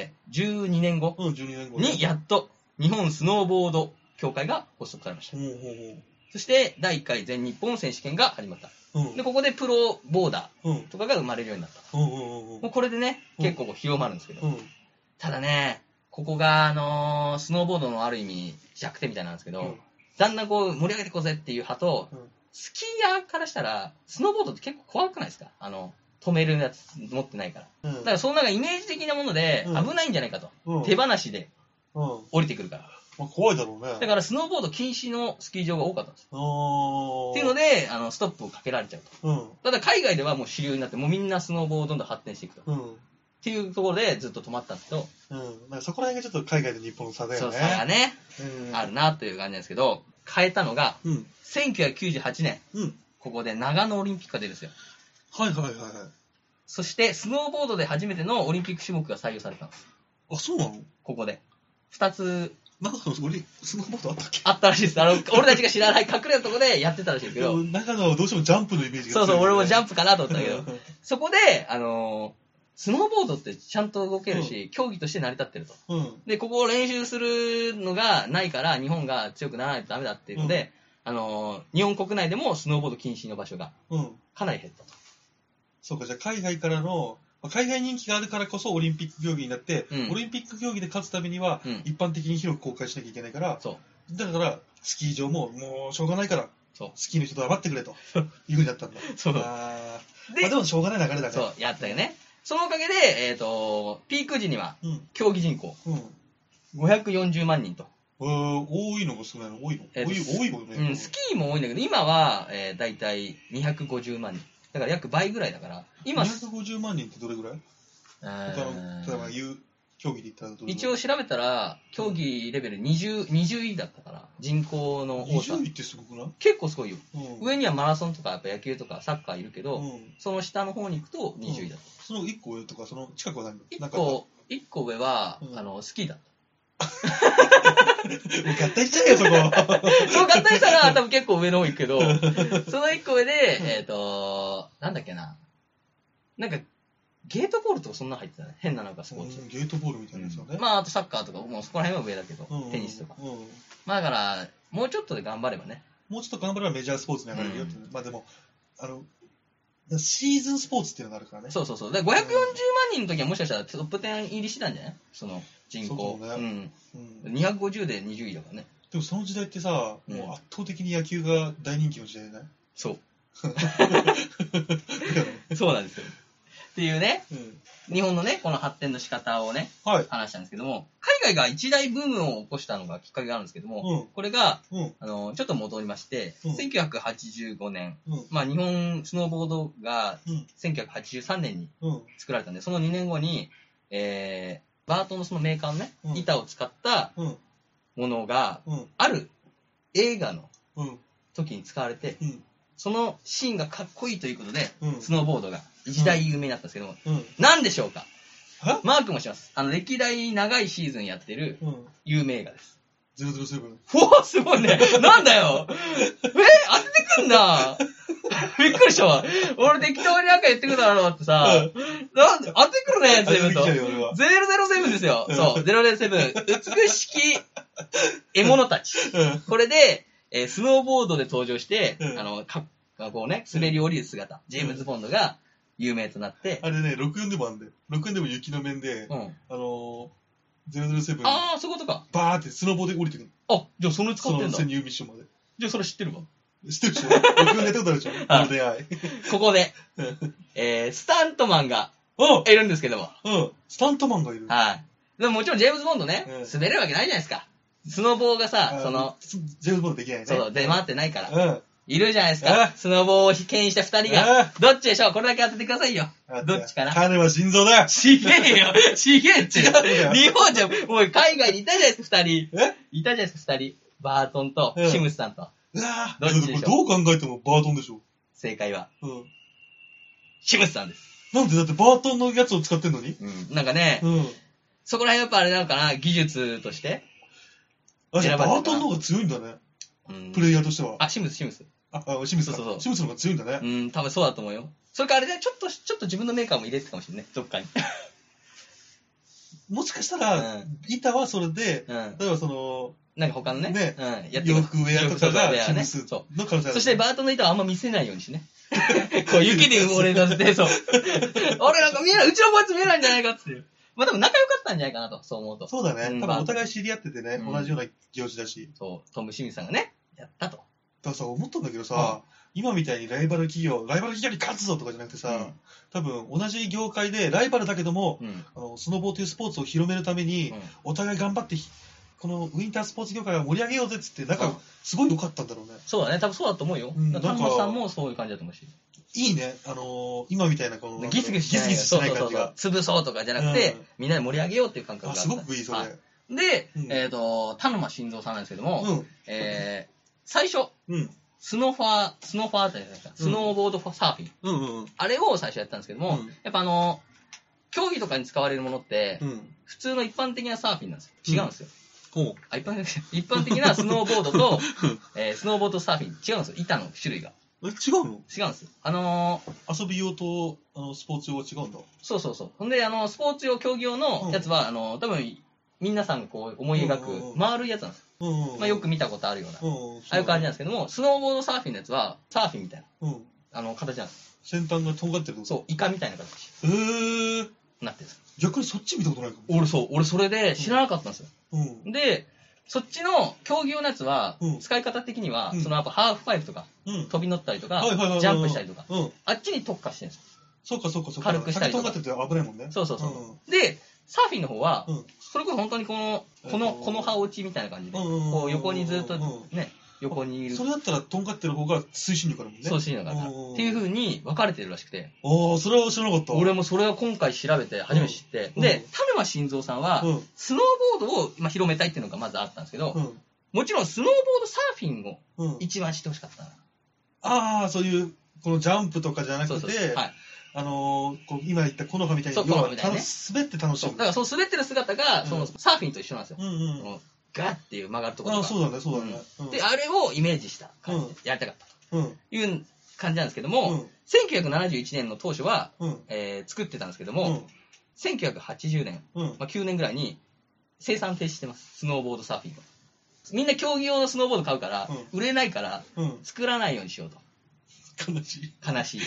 [SPEAKER 2] えー、12年後
[SPEAKER 3] うん、12年後
[SPEAKER 2] にやっと日本スノーボード協会が発足されました
[SPEAKER 3] ほ。うほ
[SPEAKER 2] そして、第1回全日本選手権が始まった。
[SPEAKER 3] うほう。うん。
[SPEAKER 2] で、ここでプロボーダ
[SPEAKER 3] うん。
[SPEAKER 2] ーとかが生まれるようになった。
[SPEAKER 3] うんうんうんうん
[SPEAKER 2] もうこれでね、
[SPEAKER 3] うん
[SPEAKER 2] 結構広まるんですけど。
[SPEAKER 3] うん。
[SPEAKER 2] ただね、ここが、あのースノーボードのある意味弱点みたいなんですけど、
[SPEAKER 3] うん
[SPEAKER 2] だんだんこう盛り上げていこうぜっていう派と、
[SPEAKER 3] うん
[SPEAKER 2] スキーヤーからしたら、スノーボードって結構怖くないですかあの、止めるやつ持ってないから。
[SPEAKER 3] うん
[SPEAKER 2] だからそのなんかイメージ的なもので
[SPEAKER 3] うん
[SPEAKER 2] 危ないんじゃないかと。
[SPEAKER 3] うん
[SPEAKER 2] 手放しで
[SPEAKER 3] うん。
[SPEAKER 2] 降りてくるから。
[SPEAKER 3] まあ、怖いだろうね。
[SPEAKER 2] だからスノーボード禁止のスキー場が多かったんです。
[SPEAKER 3] あー
[SPEAKER 2] っていうので、あの、ストップをかけられちゃうと。
[SPEAKER 3] うん。
[SPEAKER 2] ただ海外ではもう主流になって、もうみんなスノーボードをどんどん発展していくと。っ
[SPEAKER 3] うん。
[SPEAKER 2] ていうところでずっと止まったんですけど、
[SPEAKER 3] うん。だからそこら辺がちょっと海外と日本の差だ
[SPEAKER 2] そ
[SPEAKER 3] よ
[SPEAKER 2] う
[SPEAKER 3] ね。
[SPEAKER 2] 差がね、
[SPEAKER 3] うん。
[SPEAKER 2] あるなという感じなんですけど、変えたのが、
[SPEAKER 3] うん。
[SPEAKER 2] 1998年、
[SPEAKER 3] うん。
[SPEAKER 2] ここで長野オリンピックが出るんですよ。
[SPEAKER 3] はいはいはいはい。
[SPEAKER 2] そして、スノーボードで初めてのオリンピック種目が採用されたんです。
[SPEAKER 3] あ、そうなの
[SPEAKER 2] ここで。二つ
[SPEAKER 3] なんか俺、スノーボードあったっけ
[SPEAKER 2] あったらしいです。
[SPEAKER 3] [laughs]
[SPEAKER 2] あの、俺たちが知らない隠れたとこでやってたらしいんですけ
[SPEAKER 3] でも
[SPEAKER 2] ど、
[SPEAKER 3] [laughs] 中野はどうしてもジャンプのイメージが
[SPEAKER 2] そうそう、俺もジャ
[SPEAKER 3] ン
[SPEAKER 2] ンプかなと思ったけど、そこで、あのースノーボードってちゃんと動けるし、競技として成り立ってると。
[SPEAKER 3] うん。
[SPEAKER 2] で、ここを練習するのがないから、日本が強くならないとダメだっていうので、あのー日本国内でもスノーボード禁止の場所が
[SPEAKER 3] うん。
[SPEAKER 2] かなり減ったと。
[SPEAKER 3] そうか、じゃあ海外からの、まあ海外人気があるからこそオリンピック競技になって、
[SPEAKER 2] うん
[SPEAKER 3] オリンピック競技で勝つためには、
[SPEAKER 2] うん
[SPEAKER 3] 一般的に広く公開しなきゃいけないから、
[SPEAKER 2] そう。
[SPEAKER 3] だから、スキー場ももうしょうがないから、
[SPEAKER 2] そう
[SPEAKER 3] スキーの人と黙ってくれ
[SPEAKER 2] [laughs]
[SPEAKER 3] というふうになったんだ。
[SPEAKER 2] そう
[SPEAKER 3] あー
[SPEAKER 2] で
[SPEAKER 3] まあ、でもしょうがない流れだね。
[SPEAKER 2] そう、やったよね。そのおかげで、えっ、と、ピーク時には、
[SPEAKER 3] うん。
[SPEAKER 2] 競技人口、
[SPEAKER 3] うん。
[SPEAKER 2] 540万人と。
[SPEAKER 3] えー多いのか少ないの多いの、
[SPEAKER 2] えっと
[SPEAKER 3] 多い多いもんね。
[SPEAKER 2] うん、スキーも多いんだけど、今は、えー、大体250万人。だから約倍ぐらいだから、今、
[SPEAKER 3] 250万人ってどれぐらい他
[SPEAKER 2] え
[SPEAKER 3] の、例えば
[SPEAKER 2] ー
[SPEAKER 3] 言う競技で言ったらどれぐらい
[SPEAKER 2] 一応調べたら、競技レベル20、20位だったから、人口の多さ
[SPEAKER 3] 20。位ってすごくない、
[SPEAKER 2] 結構すごいよ。
[SPEAKER 3] うん
[SPEAKER 2] 上にはマラソンとか、やっぱ野球とかサッカーいるけど、
[SPEAKER 3] うん、
[SPEAKER 2] その下の方に行くと20位だった。
[SPEAKER 3] その1個上とか、その近くは何
[SPEAKER 2] 一
[SPEAKER 3] なんか
[SPEAKER 2] 個、一個上は、
[SPEAKER 3] うん
[SPEAKER 2] あの、スキーだっ
[SPEAKER 3] も [laughs] う合体しちゃえよ、そこ。
[SPEAKER 2] た。そう合体したら、多分結構上の方行くけど、その一個上で、えっ、と、なんだっけな。なんか、ゲートボールとかそんな入ってたね。変ななんか [laughs] スポーツ。
[SPEAKER 3] ゲートボールみたいなやつだね。
[SPEAKER 2] まあ、あとサッカーとか、もうそこら辺は上だけど
[SPEAKER 3] うんうん、
[SPEAKER 2] テニスとか。
[SPEAKER 3] うん
[SPEAKER 2] まあ、だから、もうちょっとで頑張ればね。
[SPEAKER 3] もうちょっと頑張ればメジャースポーツに上がれるよって、
[SPEAKER 2] うん
[SPEAKER 3] まあでも、あの、シーズンスポーツっていうのがあるからね。
[SPEAKER 2] そうそうそう。で、540万人の時はもしかしたらトップ10入りしてたんじゃないその人口。
[SPEAKER 3] そうかもうん
[SPEAKER 2] うん。250で20位だからね。
[SPEAKER 3] でもその時代ってさ、
[SPEAKER 2] うん
[SPEAKER 3] もう圧倒的に野球が大人気の時代じゃない [laughs]
[SPEAKER 2] そ
[SPEAKER 3] だよね
[SPEAKER 2] う。そうなんですよ。っていうね、
[SPEAKER 3] うん
[SPEAKER 2] 日本のね、この発展の仕方をね、
[SPEAKER 3] はい。
[SPEAKER 2] 話したんですけども、海外が一大ブームを起こしたのがきっかけがあるんですけども、
[SPEAKER 3] うん。
[SPEAKER 2] これが、
[SPEAKER 3] うん。
[SPEAKER 2] あの、ちょっと戻りまして、
[SPEAKER 3] うん
[SPEAKER 2] 1985年、
[SPEAKER 3] うん。
[SPEAKER 2] まあ日本スノーボードが
[SPEAKER 3] うん
[SPEAKER 2] 1983年に
[SPEAKER 3] うん。
[SPEAKER 2] 作られたんで、その2年後に、えー、バートンのそのメーカーのね、
[SPEAKER 3] うん
[SPEAKER 2] 板を使った
[SPEAKER 3] うん。
[SPEAKER 2] ものが、
[SPEAKER 3] うん。
[SPEAKER 2] ある映画の
[SPEAKER 3] うん。
[SPEAKER 2] 時に使われて、
[SPEAKER 3] うん。
[SPEAKER 2] そのシーンがかっこいいということで、
[SPEAKER 3] うん。
[SPEAKER 2] スノーボードが一大有名になったんですけども、
[SPEAKER 3] うん。
[SPEAKER 2] 何でしょうか
[SPEAKER 3] え
[SPEAKER 2] マークもします。あの、歴代長いシーズンやってる
[SPEAKER 3] うん。
[SPEAKER 2] 有名映画です。
[SPEAKER 3] ゼロゼロセブン。
[SPEAKER 2] おぉ、すごいね。 [laughs] なんだよ。え当ててくんな。 [laughs] びっくりしたわ。俺適当になんか言ってくるだろうってさ。なんで、当ててくるね、
[SPEAKER 3] あれ
[SPEAKER 2] 全部
[SPEAKER 3] 見
[SPEAKER 2] と。
[SPEAKER 3] ちゃうよ、俺は。
[SPEAKER 2] 007ですよ。そう、007。美しき獲物たち。これで、えースノーボードで登場して、
[SPEAKER 3] うん
[SPEAKER 2] あの、かこうね、滑り降りる姿、ジェームズ・ボンドが有名となって、
[SPEAKER 3] あれね、64でもあんだよ。64でも雪の面で、
[SPEAKER 2] うん。
[SPEAKER 3] あのー、ゼロゼロセブン、バ
[SPEAKER 2] ああ、そういうことか。
[SPEAKER 3] ーってスノボで降りてくる。
[SPEAKER 2] あ、じゃあそれ使
[SPEAKER 3] そ
[SPEAKER 2] って
[SPEAKER 3] の
[SPEAKER 2] んだ。
[SPEAKER 3] 潜
[SPEAKER 2] じ
[SPEAKER 3] 入ミッションまで。
[SPEAKER 2] ゃあそれ知ってるわ。
[SPEAKER 3] 知ってるでしょ ?64 でやったことある
[SPEAKER 2] [laughs]
[SPEAKER 3] でしょこの出会い。
[SPEAKER 2] ここ
[SPEAKER 3] [laughs]
[SPEAKER 2] で
[SPEAKER 3] うん、
[SPEAKER 2] えースタントマンが
[SPEAKER 3] うん
[SPEAKER 2] いるんですけども。
[SPEAKER 3] うん。スタントマンがいる。
[SPEAKER 2] はい。でももちろんジェームズ・ボンドね、
[SPEAKER 3] うん
[SPEAKER 2] 滑れるわけないじゃないですか。スノボーがさ、その、
[SPEAKER 3] す、ゼロボールできないね。
[SPEAKER 2] そう、出回ってないから。
[SPEAKER 3] うん。
[SPEAKER 2] いるじゃないです
[SPEAKER 3] うん
[SPEAKER 2] か。スノボーを被験した二人
[SPEAKER 3] うん
[SPEAKER 2] が。どっちでしょうこれだけ当ててくださいよ。
[SPEAKER 3] あ
[SPEAKER 2] どっちかな
[SPEAKER 3] 彼は心臓だ
[SPEAKER 2] ちげえよちげえって
[SPEAKER 3] 違うんだよ
[SPEAKER 2] 日本じゃ、もう海外にいたじゃないですか、二人。
[SPEAKER 3] え
[SPEAKER 2] いたじゃないですか、二人。バートンと
[SPEAKER 3] うん
[SPEAKER 2] シムスさんと。
[SPEAKER 3] うわぁ
[SPEAKER 2] どっちでしょう
[SPEAKER 3] これどう考えてもバートンでしょ。
[SPEAKER 2] 正解は、
[SPEAKER 3] うん。
[SPEAKER 2] シムスさんです。
[SPEAKER 3] なんでだってバートンのやつを使ってんのに
[SPEAKER 2] なんかね、
[SPEAKER 3] うん。
[SPEAKER 2] そこら辺やっぱあれなのかな、技術として。
[SPEAKER 3] あ、じゃあ
[SPEAKER 2] 選ば
[SPEAKER 3] バ
[SPEAKER 2] れてるな
[SPEAKER 3] ートンの方が強いんだね。
[SPEAKER 2] うん
[SPEAKER 3] プレイヤーとしては。
[SPEAKER 2] あ、シムス、シムス。
[SPEAKER 3] あ、あ、清水さん。
[SPEAKER 2] そうそうそう
[SPEAKER 3] 清水の方が強いんだね。
[SPEAKER 2] うん、多分そうだと思うよ。それかあれで、ちょっと、ちょっと自分のメーカーも入れてたかもしれない。どっかに。
[SPEAKER 3] もしかしたら、
[SPEAKER 2] うん
[SPEAKER 3] 板はそれで、
[SPEAKER 2] うん。
[SPEAKER 3] 例えばその、
[SPEAKER 2] なんか他のね、
[SPEAKER 3] ね
[SPEAKER 2] うん、やって
[SPEAKER 3] 洋服ウェア
[SPEAKER 2] 洋
[SPEAKER 3] とかが
[SPEAKER 2] 服とかウェア
[SPEAKER 3] 清
[SPEAKER 2] ね
[SPEAKER 3] 水
[SPEAKER 2] そ
[SPEAKER 3] の可能性ある。
[SPEAKER 2] そしてバートンの板はあんま見せないようにし
[SPEAKER 3] [laughs]
[SPEAKER 2] ね。こう雪で埋もれ出して、そう。 [laughs] 俺なんか見えない、うちのこいつ見えないんじゃないかっていう。まあでも仲良かったんじゃないかなと、そう思うと。
[SPEAKER 3] そうだ
[SPEAKER 2] う
[SPEAKER 3] ね。
[SPEAKER 2] ん
[SPEAKER 3] 多分お互い知り合っててね、
[SPEAKER 2] うん
[SPEAKER 3] 同じような行事だし。
[SPEAKER 2] そう、トム・シミさんがね、やったと。
[SPEAKER 3] だからさ、思ったんだけどさ、今みたいにライバル企業、ライバル企業に勝つぞとかじゃなくてさ、多分同じ業界でライバルだけども、
[SPEAKER 2] うん。うん。
[SPEAKER 3] あのスノボーというスポーツを広めるために、お互い頑張ってひこのウィンタースポーツ業界を盛り上げようぜっつってなん
[SPEAKER 2] う
[SPEAKER 3] か
[SPEAKER 2] ん
[SPEAKER 3] すごい良かったんだろうね
[SPEAKER 2] そうだね、多分そうだと思うよ。
[SPEAKER 3] うん
[SPEAKER 2] だから
[SPEAKER 3] なん
[SPEAKER 2] 丹
[SPEAKER 3] か
[SPEAKER 2] 野さんもそういう感じだと思うし。
[SPEAKER 3] いいねあのー今みたいなこの
[SPEAKER 2] ギスギスし
[SPEAKER 3] ギ
[SPEAKER 2] ない
[SPEAKER 3] スギスしない
[SPEAKER 2] そう
[SPEAKER 3] 感
[SPEAKER 2] そう
[SPEAKER 3] じ
[SPEAKER 2] そう潰
[SPEAKER 3] が。
[SPEAKER 2] そうとかじゃなくて、
[SPEAKER 3] うん
[SPEAKER 2] みんなで盛り上げようっていう感覚
[SPEAKER 3] あ
[SPEAKER 2] があ
[SPEAKER 3] すごくいいそれ
[SPEAKER 2] はいで、
[SPEAKER 3] うん
[SPEAKER 2] えっ、と、田沼晋三さんなんですけども、
[SPEAKER 3] うん
[SPEAKER 2] えー、最初、
[SPEAKER 3] うん
[SPEAKER 2] スノファー、スノファーって言うんですか、スノーボードファサーフィン。
[SPEAKER 3] うんうん
[SPEAKER 2] あれを最初やったんですけども、
[SPEAKER 3] うん
[SPEAKER 2] やっぱあの、競技とかに使われるものって、
[SPEAKER 3] うん
[SPEAKER 2] 普通の一般的なサーフィンなんですよ。違うんですよ。
[SPEAKER 3] ほ
[SPEAKER 2] あ一般的一般的なスノーボード [laughs] と、
[SPEAKER 3] うん
[SPEAKER 2] えースノーボードサーフィン、違うんですよ。板の種類が。
[SPEAKER 3] うえ違うの
[SPEAKER 2] 違うんですよ。あのー
[SPEAKER 3] 遊び用とあのスポーツ用は違うんだ
[SPEAKER 2] そうそうそう。ほんで、あの、スポーツ用、競技用のやつは、あの、多分、皆さんがこう思い描
[SPEAKER 3] うんうんうん
[SPEAKER 2] く、丸いやつなんですよ。
[SPEAKER 3] うんうん
[SPEAKER 2] まあ、よく見たことあるような、
[SPEAKER 3] うんん
[SPEAKER 2] ああいう感じなんで
[SPEAKER 3] ん
[SPEAKER 2] すけども、スノーボードサーフィンのやつは、サーフィンみたいな、
[SPEAKER 3] うん
[SPEAKER 2] あの、形なんです。
[SPEAKER 3] 先端がとんがってるってこと
[SPEAKER 2] そう、イカみたいな形
[SPEAKER 3] うへえー、
[SPEAKER 2] になってるんです。
[SPEAKER 3] 逆にそっち見たことないかも
[SPEAKER 2] 俺そう、俺それで知らなかったんですよ。
[SPEAKER 3] うん
[SPEAKER 2] で、そっちの競技用のやつは、
[SPEAKER 3] うん
[SPEAKER 2] 使い方的には、
[SPEAKER 3] うん
[SPEAKER 2] そのやっぱハーフパイプとか、
[SPEAKER 3] うん
[SPEAKER 2] 飛び乗ったりとか、
[SPEAKER 3] はいはいはいはい
[SPEAKER 2] ジャンプしたりとか、
[SPEAKER 3] うん
[SPEAKER 2] あっちに特化してるんです
[SPEAKER 3] そうかそうかそうか
[SPEAKER 2] 軽くしたり
[SPEAKER 3] 先と
[SPEAKER 2] と
[SPEAKER 3] んが
[SPEAKER 2] か
[SPEAKER 3] ってて危ないもんね
[SPEAKER 2] そうそうそよ。で、サーフィンの方は、
[SPEAKER 3] うん
[SPEAKER 2] それこそ本当にこの、この、
[SPEAKER 3] うん
[SPEAKER 2] この葉落ちみたいな感じで、
[SPEAKER 3] うんうんうんうん
[SPEAKER 2] こう横にずっと
[SPEAKER 3] う
[SPEAKER 2] ね、横にいる
[SPEAKER 3] そ、れだったらとんがってる方が推進力あるもんね
[SPEAKER 2] そうしいのかな。
[SPEAKER 3] うん
[SPEAKER 2] っていう風に分かれてるらしくて、
[SPEAKER 3] ああ、それは知らなかった。
[SPEAKER 2] 俺もそれを今回調べて初めて知って、
[SPEAKER 3] うんうん
[SPEAKER 2] で、田沼晋三さんは、
[SPEAKER 3] うん。
[SPEAKER 2] スノーボードをまあ広めたいっていうのがまずあったんですけど、
[SPEAKER 3] うん。
[SPEAKER 2] もちろんスノーボードサーフィンを
[SPEAKER 3] うん。
[SPEAKER 2] 一番してほしかったな。
[SPEAKER 3] ああ、そういう、このジャンプとかじゃな
[SPEAKER 2] そう
[SPEAKER 3] く
[SPEAKER 2] そうそう。
[SPEAKER 3] て、
[SPEAKER 2] はい。
[SPEAKER 3] あのーこう今言った木の葉みたいに、
[SPEAKER 2] そう木の葉みたいにね
[SPEAKER 3] 要は滑って楽し
[SPEAKER 2] そう
[SPEAKER 3] む
[SPEAKER 2] だ。からその滑ってる姿が、
[SPEAKER 3] うん
[SPEAKER 2] そのサーフィンと一緒なんですよ、
[SPEAKER 3] うん
[SPEAKER 2] そ
[SPEAKER 3] うん。
[SPEAKER 2] のガッっていう曲がるところと
[SPEAKER 3] ああ、
[SPEAKER 2] か
[SPEAKER 3] そうだね、そうだね。うん
[SPEAKER 2] であれをイメージした感じでやりたかった
[SPEAKER 3] うん。
[SPEAKER 2] という感じなんですけども、1971年の当初は、
[SPEAKER 3] うん、うん、
[SPEAKER 2] えー作ってたんですけど
[SPEAKER 3] う
[SPEAKER 2] も、
[SPEAKER 3] ん、
[SPEAKER 2] 1980年、
[SPEAKER 3] うん。
[SPEAKER 2] まあ、9年ぐらいに生産停止してますスノーボードサーフィンをみんな競技用のスノーボード買うから、売れないから
[SPEAKER 3] うん、
[SPEAKER 2] 作らないようにしようと
[SPEAKER 3] 悲しい。
[SPEAKER 2] 悲
[SPEAKER 3] [laughs]
[SPEAKER 2] しい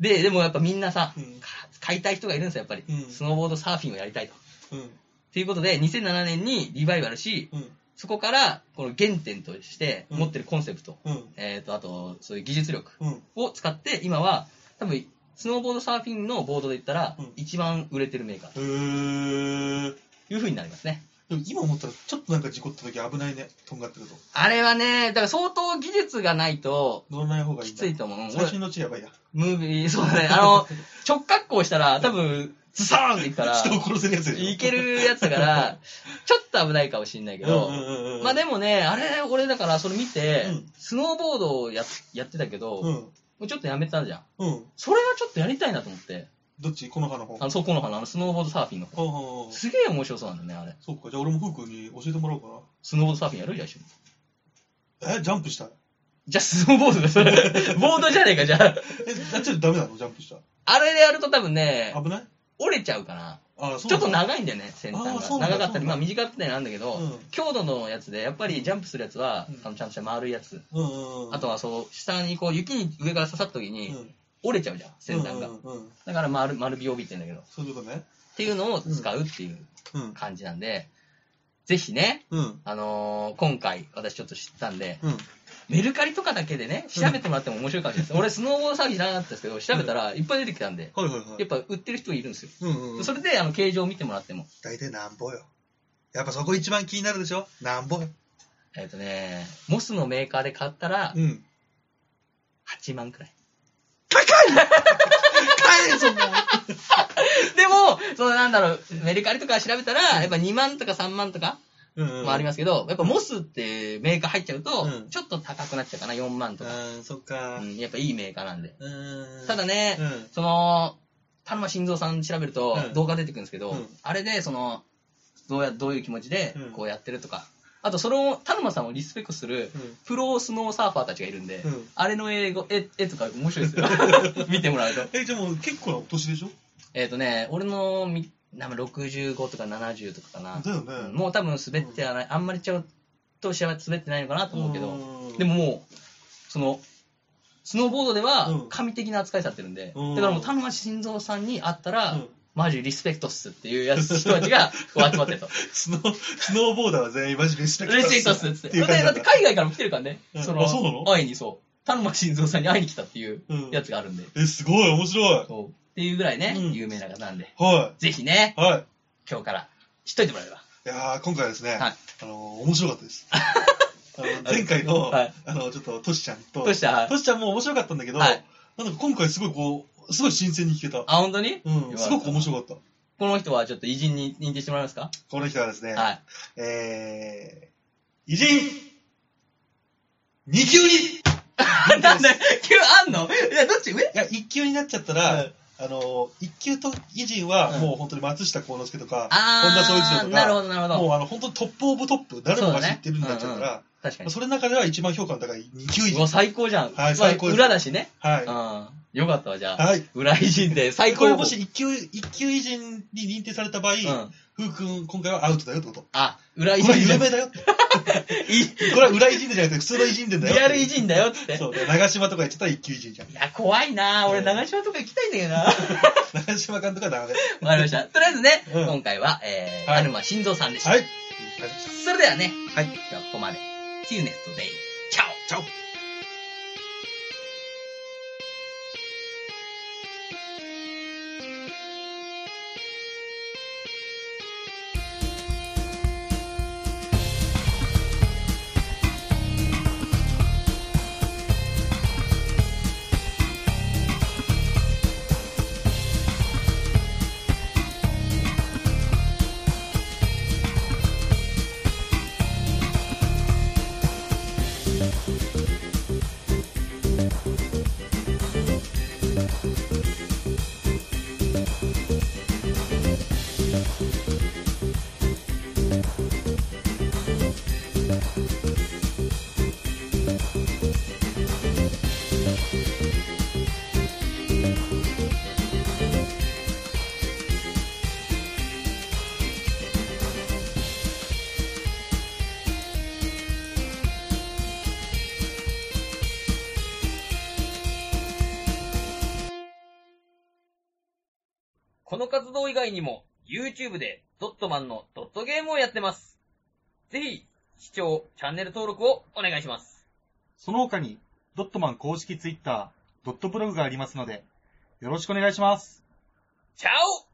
[SPEAKER 2] ででもやっぱみんなさ
[SPEAKER 3] うん、
[SPEAKER 2] か買いたい人がいるんですよやっぱり、
[SPEAKER 3] うん
[SPEAKER 2] スノーボードサーフィンをやりたいと
[SPEAKER 3] うん、
[SPEAKER 2] ということで2007年にリバイバルし
[SPEAKER 3] うん、
[SPEAKER 2] そこからこの原点として
[SPEAKER 3] うん
[SPEAKER 2] 持ってるコンセプト、
[SPEAKER 3] うん、
[SPEAKER 2] えー、とあとそういう技術力
[SPEAKER 3] うん。
[SPEAKER 2] を使って今は多分スノーボードサーフィンのボードで言ったら、
[SPEAKER 3] うん
[SPEAKER 2] 一番売れてるメーカー
[SPEAKER 3] へー。
[SPEAKER 2] というふうになりますね
[SPEAKER 3] でも今思ったら、ちょっとなんか事故った時危ないね。とんがってると。
[SPEAKER 2] あれはねだから相当技術がないと
[SPEAKER 3] 乗らない方がいい
[SPEAKER 2] き
[SPEAKER 3] んだ。
[SPEAKER 2] ついと思う
[SPEAKER 3] 最
[SPEAKER 2] 俺
[SPEAKER 3] 初のうちやばいや。
[SPEAKER 2] ムービーそうだねあの直角行したら多分ズサーンっていくから
[SPEAKER 3] [laughs] 人を殺せるやつや
[SPEAKER 2] いけるやつだからちょっと危ないかもしれないけど、
[SPEAKER 3] うんうんうんうん、
[SPEAKER 2] まあでもね、あれ、俺だからそれ見て、
[SPEAKER 3] うん
[SPEAKER 2] スノーボードをややってたけど、
[SPEAKER 3] う
[SPEAKER 2] も
[SPEAKER 3] ん、
[SPEAKER 2] うちょっとやめたじゃん。
[SPEAKER 3] うん。
[SPEAKER 2] それはちょっとやりたいなと思って、
[SPEAKER 3] どっちこの歯の方。
[SPEAKER 2] あの、そこの花、あのスノーボードサーフィンの方。
[SPEAKER 3] ほうほうほう
[SPEAKER 2] すげえ面白そうなんだよね、あれ。
[SPEAKER 3] そうか、じゃあ俺もフー君に教えてもらおうか
[SPEAKER 2] スノーボードサーフィンやるじゃあ一緒に。
[SPEAKER 3] な。え、ジャンプしたい
[SPEAKER 2] じゃあスノーボードだ、それ。ボードじゃ [laughs] ねえか、じゃあ。
[SPEAKER 3] え、やっちゃダメなのジャンプした
[SPEAKER 2] あれでやると多分ね
[SPEAKER 3] ら。、危ない
[SPEAKER 2] 折れちゃうかな。
[SPEAKER 3] あ、そう
[SPEAKER 2] ちょっと
[SPEAKER 3] な
[SPEAKER 2] 長いんだよね、先
[SPEAKER 3] あー
[SPEAKER 2] 端
[SPEAKER 3] そ
[SPEAKER 2] が。
[SPEAKER 3] うな
[SPEAKER 2] 長
[SPEAKER 3] んだ
[SPEAKER 2] かった
[SPEAKER 3] そうなん
[SPEAKER 2] り、
[SPEAKER 3] だ
[SPEAKER 2] まあ短かったりなんだけど、
[SPEAKER 3] うん
[SPEAKER 2] 強度のやつで、やっぱりジャンプするやつは、
[SPEAKER 3] うん
[SPEAKER 2] あのちゃんとした丸いやつ。
[SPEAKER 3] うんうんうん。
[SPEAKER 2] あとはそう、下にこう、雪に上から刺さった時
[SPEAKER 3] うん、
[SPEAKER 2] に、折れちゃうじゃん、先端が
[SPEAKER 3] うん。うんうん。
[SPEAKER 2] だから丸、丸び帯って言うんだけど。
[SPEAKER 3] そういうことね。
[SPEAKER 2] っていうのを使うっていう
[SPEAKER 3] うん。
[SPEAKER 2] 感じなんで、ぜひね、
[SPEAKER 3] うん。
[SPEAKER 2] あのー今回私ちょっと知ったんで、
[SPEAKER 3] うん。
[SPEAKER 2] メルカリとかだけでね、調べてもらっても面白いかもしれないです。
[SPEAKER 3] [laughs]
[SPEAKER 2] 俺、スノーボード詐欺知らなかったですけど、調べたらいっぱい出てきたんで、
[SPEAKER 3] はいはいは
[SPEAKER 2] やっ
[SPEAKER 3] い。
[SPEAKER 2] ぱ売ってる人いるんですよ。
[SPEAKER 3] うんうんうん。
[SPEAKER 2] それで、あの、形状を見てもらっても。
[SPEAKER 3] 大体なんぼよ。やっぱそこ一番気になるでしょなんぼよ。
[SPEAKER 2] えっ、とね、モスのメーカーで買ったら、
[SPEAKER 3] うん。
[SPEAKER 2] 8万くらい。 [laughs]
[SPEAKER 3] 高い高いそんな。
[SPEAKER 2] でも、そのなんだろう、メルカリとか調べたら、やっぱ2万とか3万とか
[SPEAKER 3] うん
[SPEAKER 2] もあり
[SPEAKER 3] ま
[SPEAKER 2] ますけど、やっぱモスってメーカー入っちゃうと
[SPEAKER 3] う、ん
[SPEAKER 2] ちょっと高くなっちゃうかな、4万とか。
[SPEAKER 3] うん、そっか
[SPEAKER 2] う。ん、やっぱいいメーカーなんで。
[SPEAKER 3] うん。
[SPEAKER 2] ただね、
[SPEAKER 3] うん。
[SPEAKER 2] その、田沼晋三さん調べると
[SPEAKER 3] うん
[SPEAKER 2] 動画出てくるんですけど、
[SPEAKER 3] うん
[SPEAKER 2] あれで、その、どうや、どういう気持ちで
[SPEAKER 3] うん
[SPEAKER 2] こうやってるとか、あとそれを、田沼さんをリスペクトする
[SPEAKER 3] うん。
[SPEAKER 2] プロスノーサーファーたちがいるんで、
[SPEAKER 3] うん
[SPEAKER 2] あれの英語、絵、絵とか面白いで
[SPEAKER 3] [laughs]
[SPEAKER 2] すよ。見てもらうと。
[SPEAKER 3] え、じゃあもう結構なお年でしょ
[SPEAKER 2] えっ、とね、俺のみ、なんか65とか70とかかな。
[SPEAKER 3] だよね。
[SPEAKER 2] うんもう多分滑ってはない、あんまりちゃうとしは滑ってないのかなと思うけど、
[SPEAKER 3] ん
[SPEAKER 2] で、ももう、その、スノーボードでは
[SPEAKER 3] うん
[SPEAKER 2] 神的な扱いされてるんで、
[SPEAKER 3] うん
[SPEAKER 2] だからもう田沼晋三さんに会ったら、
[SPEAKER 3] うん
[SPEAKER 2] マジリスペクトっすっていうやつ人たち
[SPEAKER 3] [laughs]
[SPEAKER 2] がこう集まってると。
[SPEAKER 3] スノー、スノーボーダーは全員マジリスペクト
[SPEAKER 2] リスペクトっすっつっ
[SPEAKER 3] って
[SPEAKER 2] て。
[SPEAKER 3] い
[SPEAKER 2] で
[SPEAKER 3] う感じ
[SPEAKER 2] だ
[SPEAKER 3] な
[SPEAKER 2] っ
[SPEAKER 3] ん
[SPEAKER 2] て
[SPEAKER 3] だ。
[SPEAKER 2] 海外からも来てるからね、
[SPEAKER 3] うん
[SPEAKER 2] その
[SPEAKER 3] あそうなの
[SPEAKER 2] 会いにそう、田沼晋三さんに会いに来たっていう
[SPEAKER 3] うん
[SPEAKER 2] やつがあるんで、
[SPEAKER 3] え、すごい、面白い。
[SPEAKER 2] そうっていうぐらいね、
[SPEAKER 3] うん
[SPEAKER 2] 有名な方なんで、
[SPEAKER 3] は
[SPEAKER 2] ぜひね、
[SPEAKER 3] い。はい。
[SPEAKER 2] 今日から知っといてもらえれば。
[SPEAKER 3] いやー今回はですね、
[SPEAKER 2] はい
[SPEAKER 3] あのー面白かった [laughs] です。あの前回の、
[SPEAKER 2] はい
[SPEAKER 3] あの、ちょっと、トシちゃんと、
[SPEAKER 2] どうしたは
[SPEAKER 3] [laughs]
[SPEAKER 2] い
[SPEAKER 3] トシちゃんも面白かったんだけど、
[SPEAKER 2] はい
[SPEAKER 3] なんか今回すごいこう、すごい新鮮に聞けた。
[SPEAKER 2] あ、本当に
[SPEAKER 3] うん、すごく面白かった。
[SPEAKER 2] この人はちょっと偉人に認定してもらえますか、
[SPEAKER 3] この人はですね、
[SPEAKER 2] はい。 [laughs]
[SPEAKER 3] えー、偉人、二級にい
[SPEAKER 2] なんだ、急あんのいや、どっち上
[SPEAKER 3] や、一級になっちゃった
[SPEAKER 2] は
[SPEAKER 3] ら、
[SPEAKER 2] い
[SPEAKER 3] あのー、一級と偉人は、
[SPEAKER 2] うん
[SPEAKER 3] もう本当に松下幸之助とか、
[SPEAKER 2] あ
[SPEAKER 3] 本田宗一郎とか
[SPEAKER 2] なるほど、なるほど。
[SPEAKER 3] もうあの、本当にトップオブトップ、誰もが知ってるんだっちゃう
[SPEAKER 2] そう
[SPEAKER 3] か
[SPEAKER 2] だ
[SPEAKER 3] ら、
[SPEAKER 2] 確かに。
[SPEAKER 3] それの中では一番評価の高い二級偉
[SPEAKER 2] もう
[SPEAKER 3] 人。
[SPEAKER 2] 最高じゃん。
[SPEAKER 3] はい
[SPEAKER 2] まあ
[SPEAKER 3] 最高です
[SPEAKER 2] 裏だしね。
[SPEAKER 3] は
[SPEAKER 2] う
[SPEAKER 3] い
[SPEAKER 2] ん。。よかったわ、じゃあ。
[SPEAKER 3] はい。
[SPEAKER 2] 裏偉人で最
[SPEAKER 3] こ
[SPEAKER 2] 高
[SPEAKER 3] れ
[SPEAKER 2] 峰
[SPEAKER 3] もし一級、一級偉人に認定された場合、
[SPEAKER 2] うん。
[SPEAKER 3] ふうくん、今回はアウトだよってこと。
[SPEAKER 2] あ、裏偉
[SPEAKER 3] これは有
[SPEAKER 2] 人で。
[SPEAKER 3] 名だよって。
[SPEAKER 2] い
[SPEAKER 3] これは裏偉人でじゃなくて、普通の偉人でだよ。
[SPEAKER 2] リアル偉人だよって。
[SPEAKER 3] そう。長島とか言っちゃったら一級偉人じゃん
[SPEAKER 2] い。や、怖いな俺、
[SPEAKER 3] うん
[SPEAKER 2] 長島とか行きたいんだけどな
[SPEAKER 3] 長島監督はダメ。
[SPEAKER 2] わかりま
[SPEAKER 3] [laughs]
[SPEAKER 2] した。とりあえずね、
[SPEAKER 3] うん
[SPEAKER 2] 今回は、えー、
[SPEAKER 3] はい
[SPEAKER 2] アルマ晋三さんでした。
[SPEAKER 3] はい。
[SPEAKER 2] それではね、
[SPEAKER 3] はい
[SPEAKER 2] 今日はここまで。See you next day. Ciao!
[SPEAKER 3] チャオ
[SPEAKER 2] この活動以外にも、YouTube でドットマンのドットゲームをやってます。ぜひ、視聴、チャンネル登録をお願いします。
[SPEAKER 4] その他に、ドットマン公式ツイッター、ドットブログがありますので、よろしくお願いします。
[SPEAKER 2] チャオ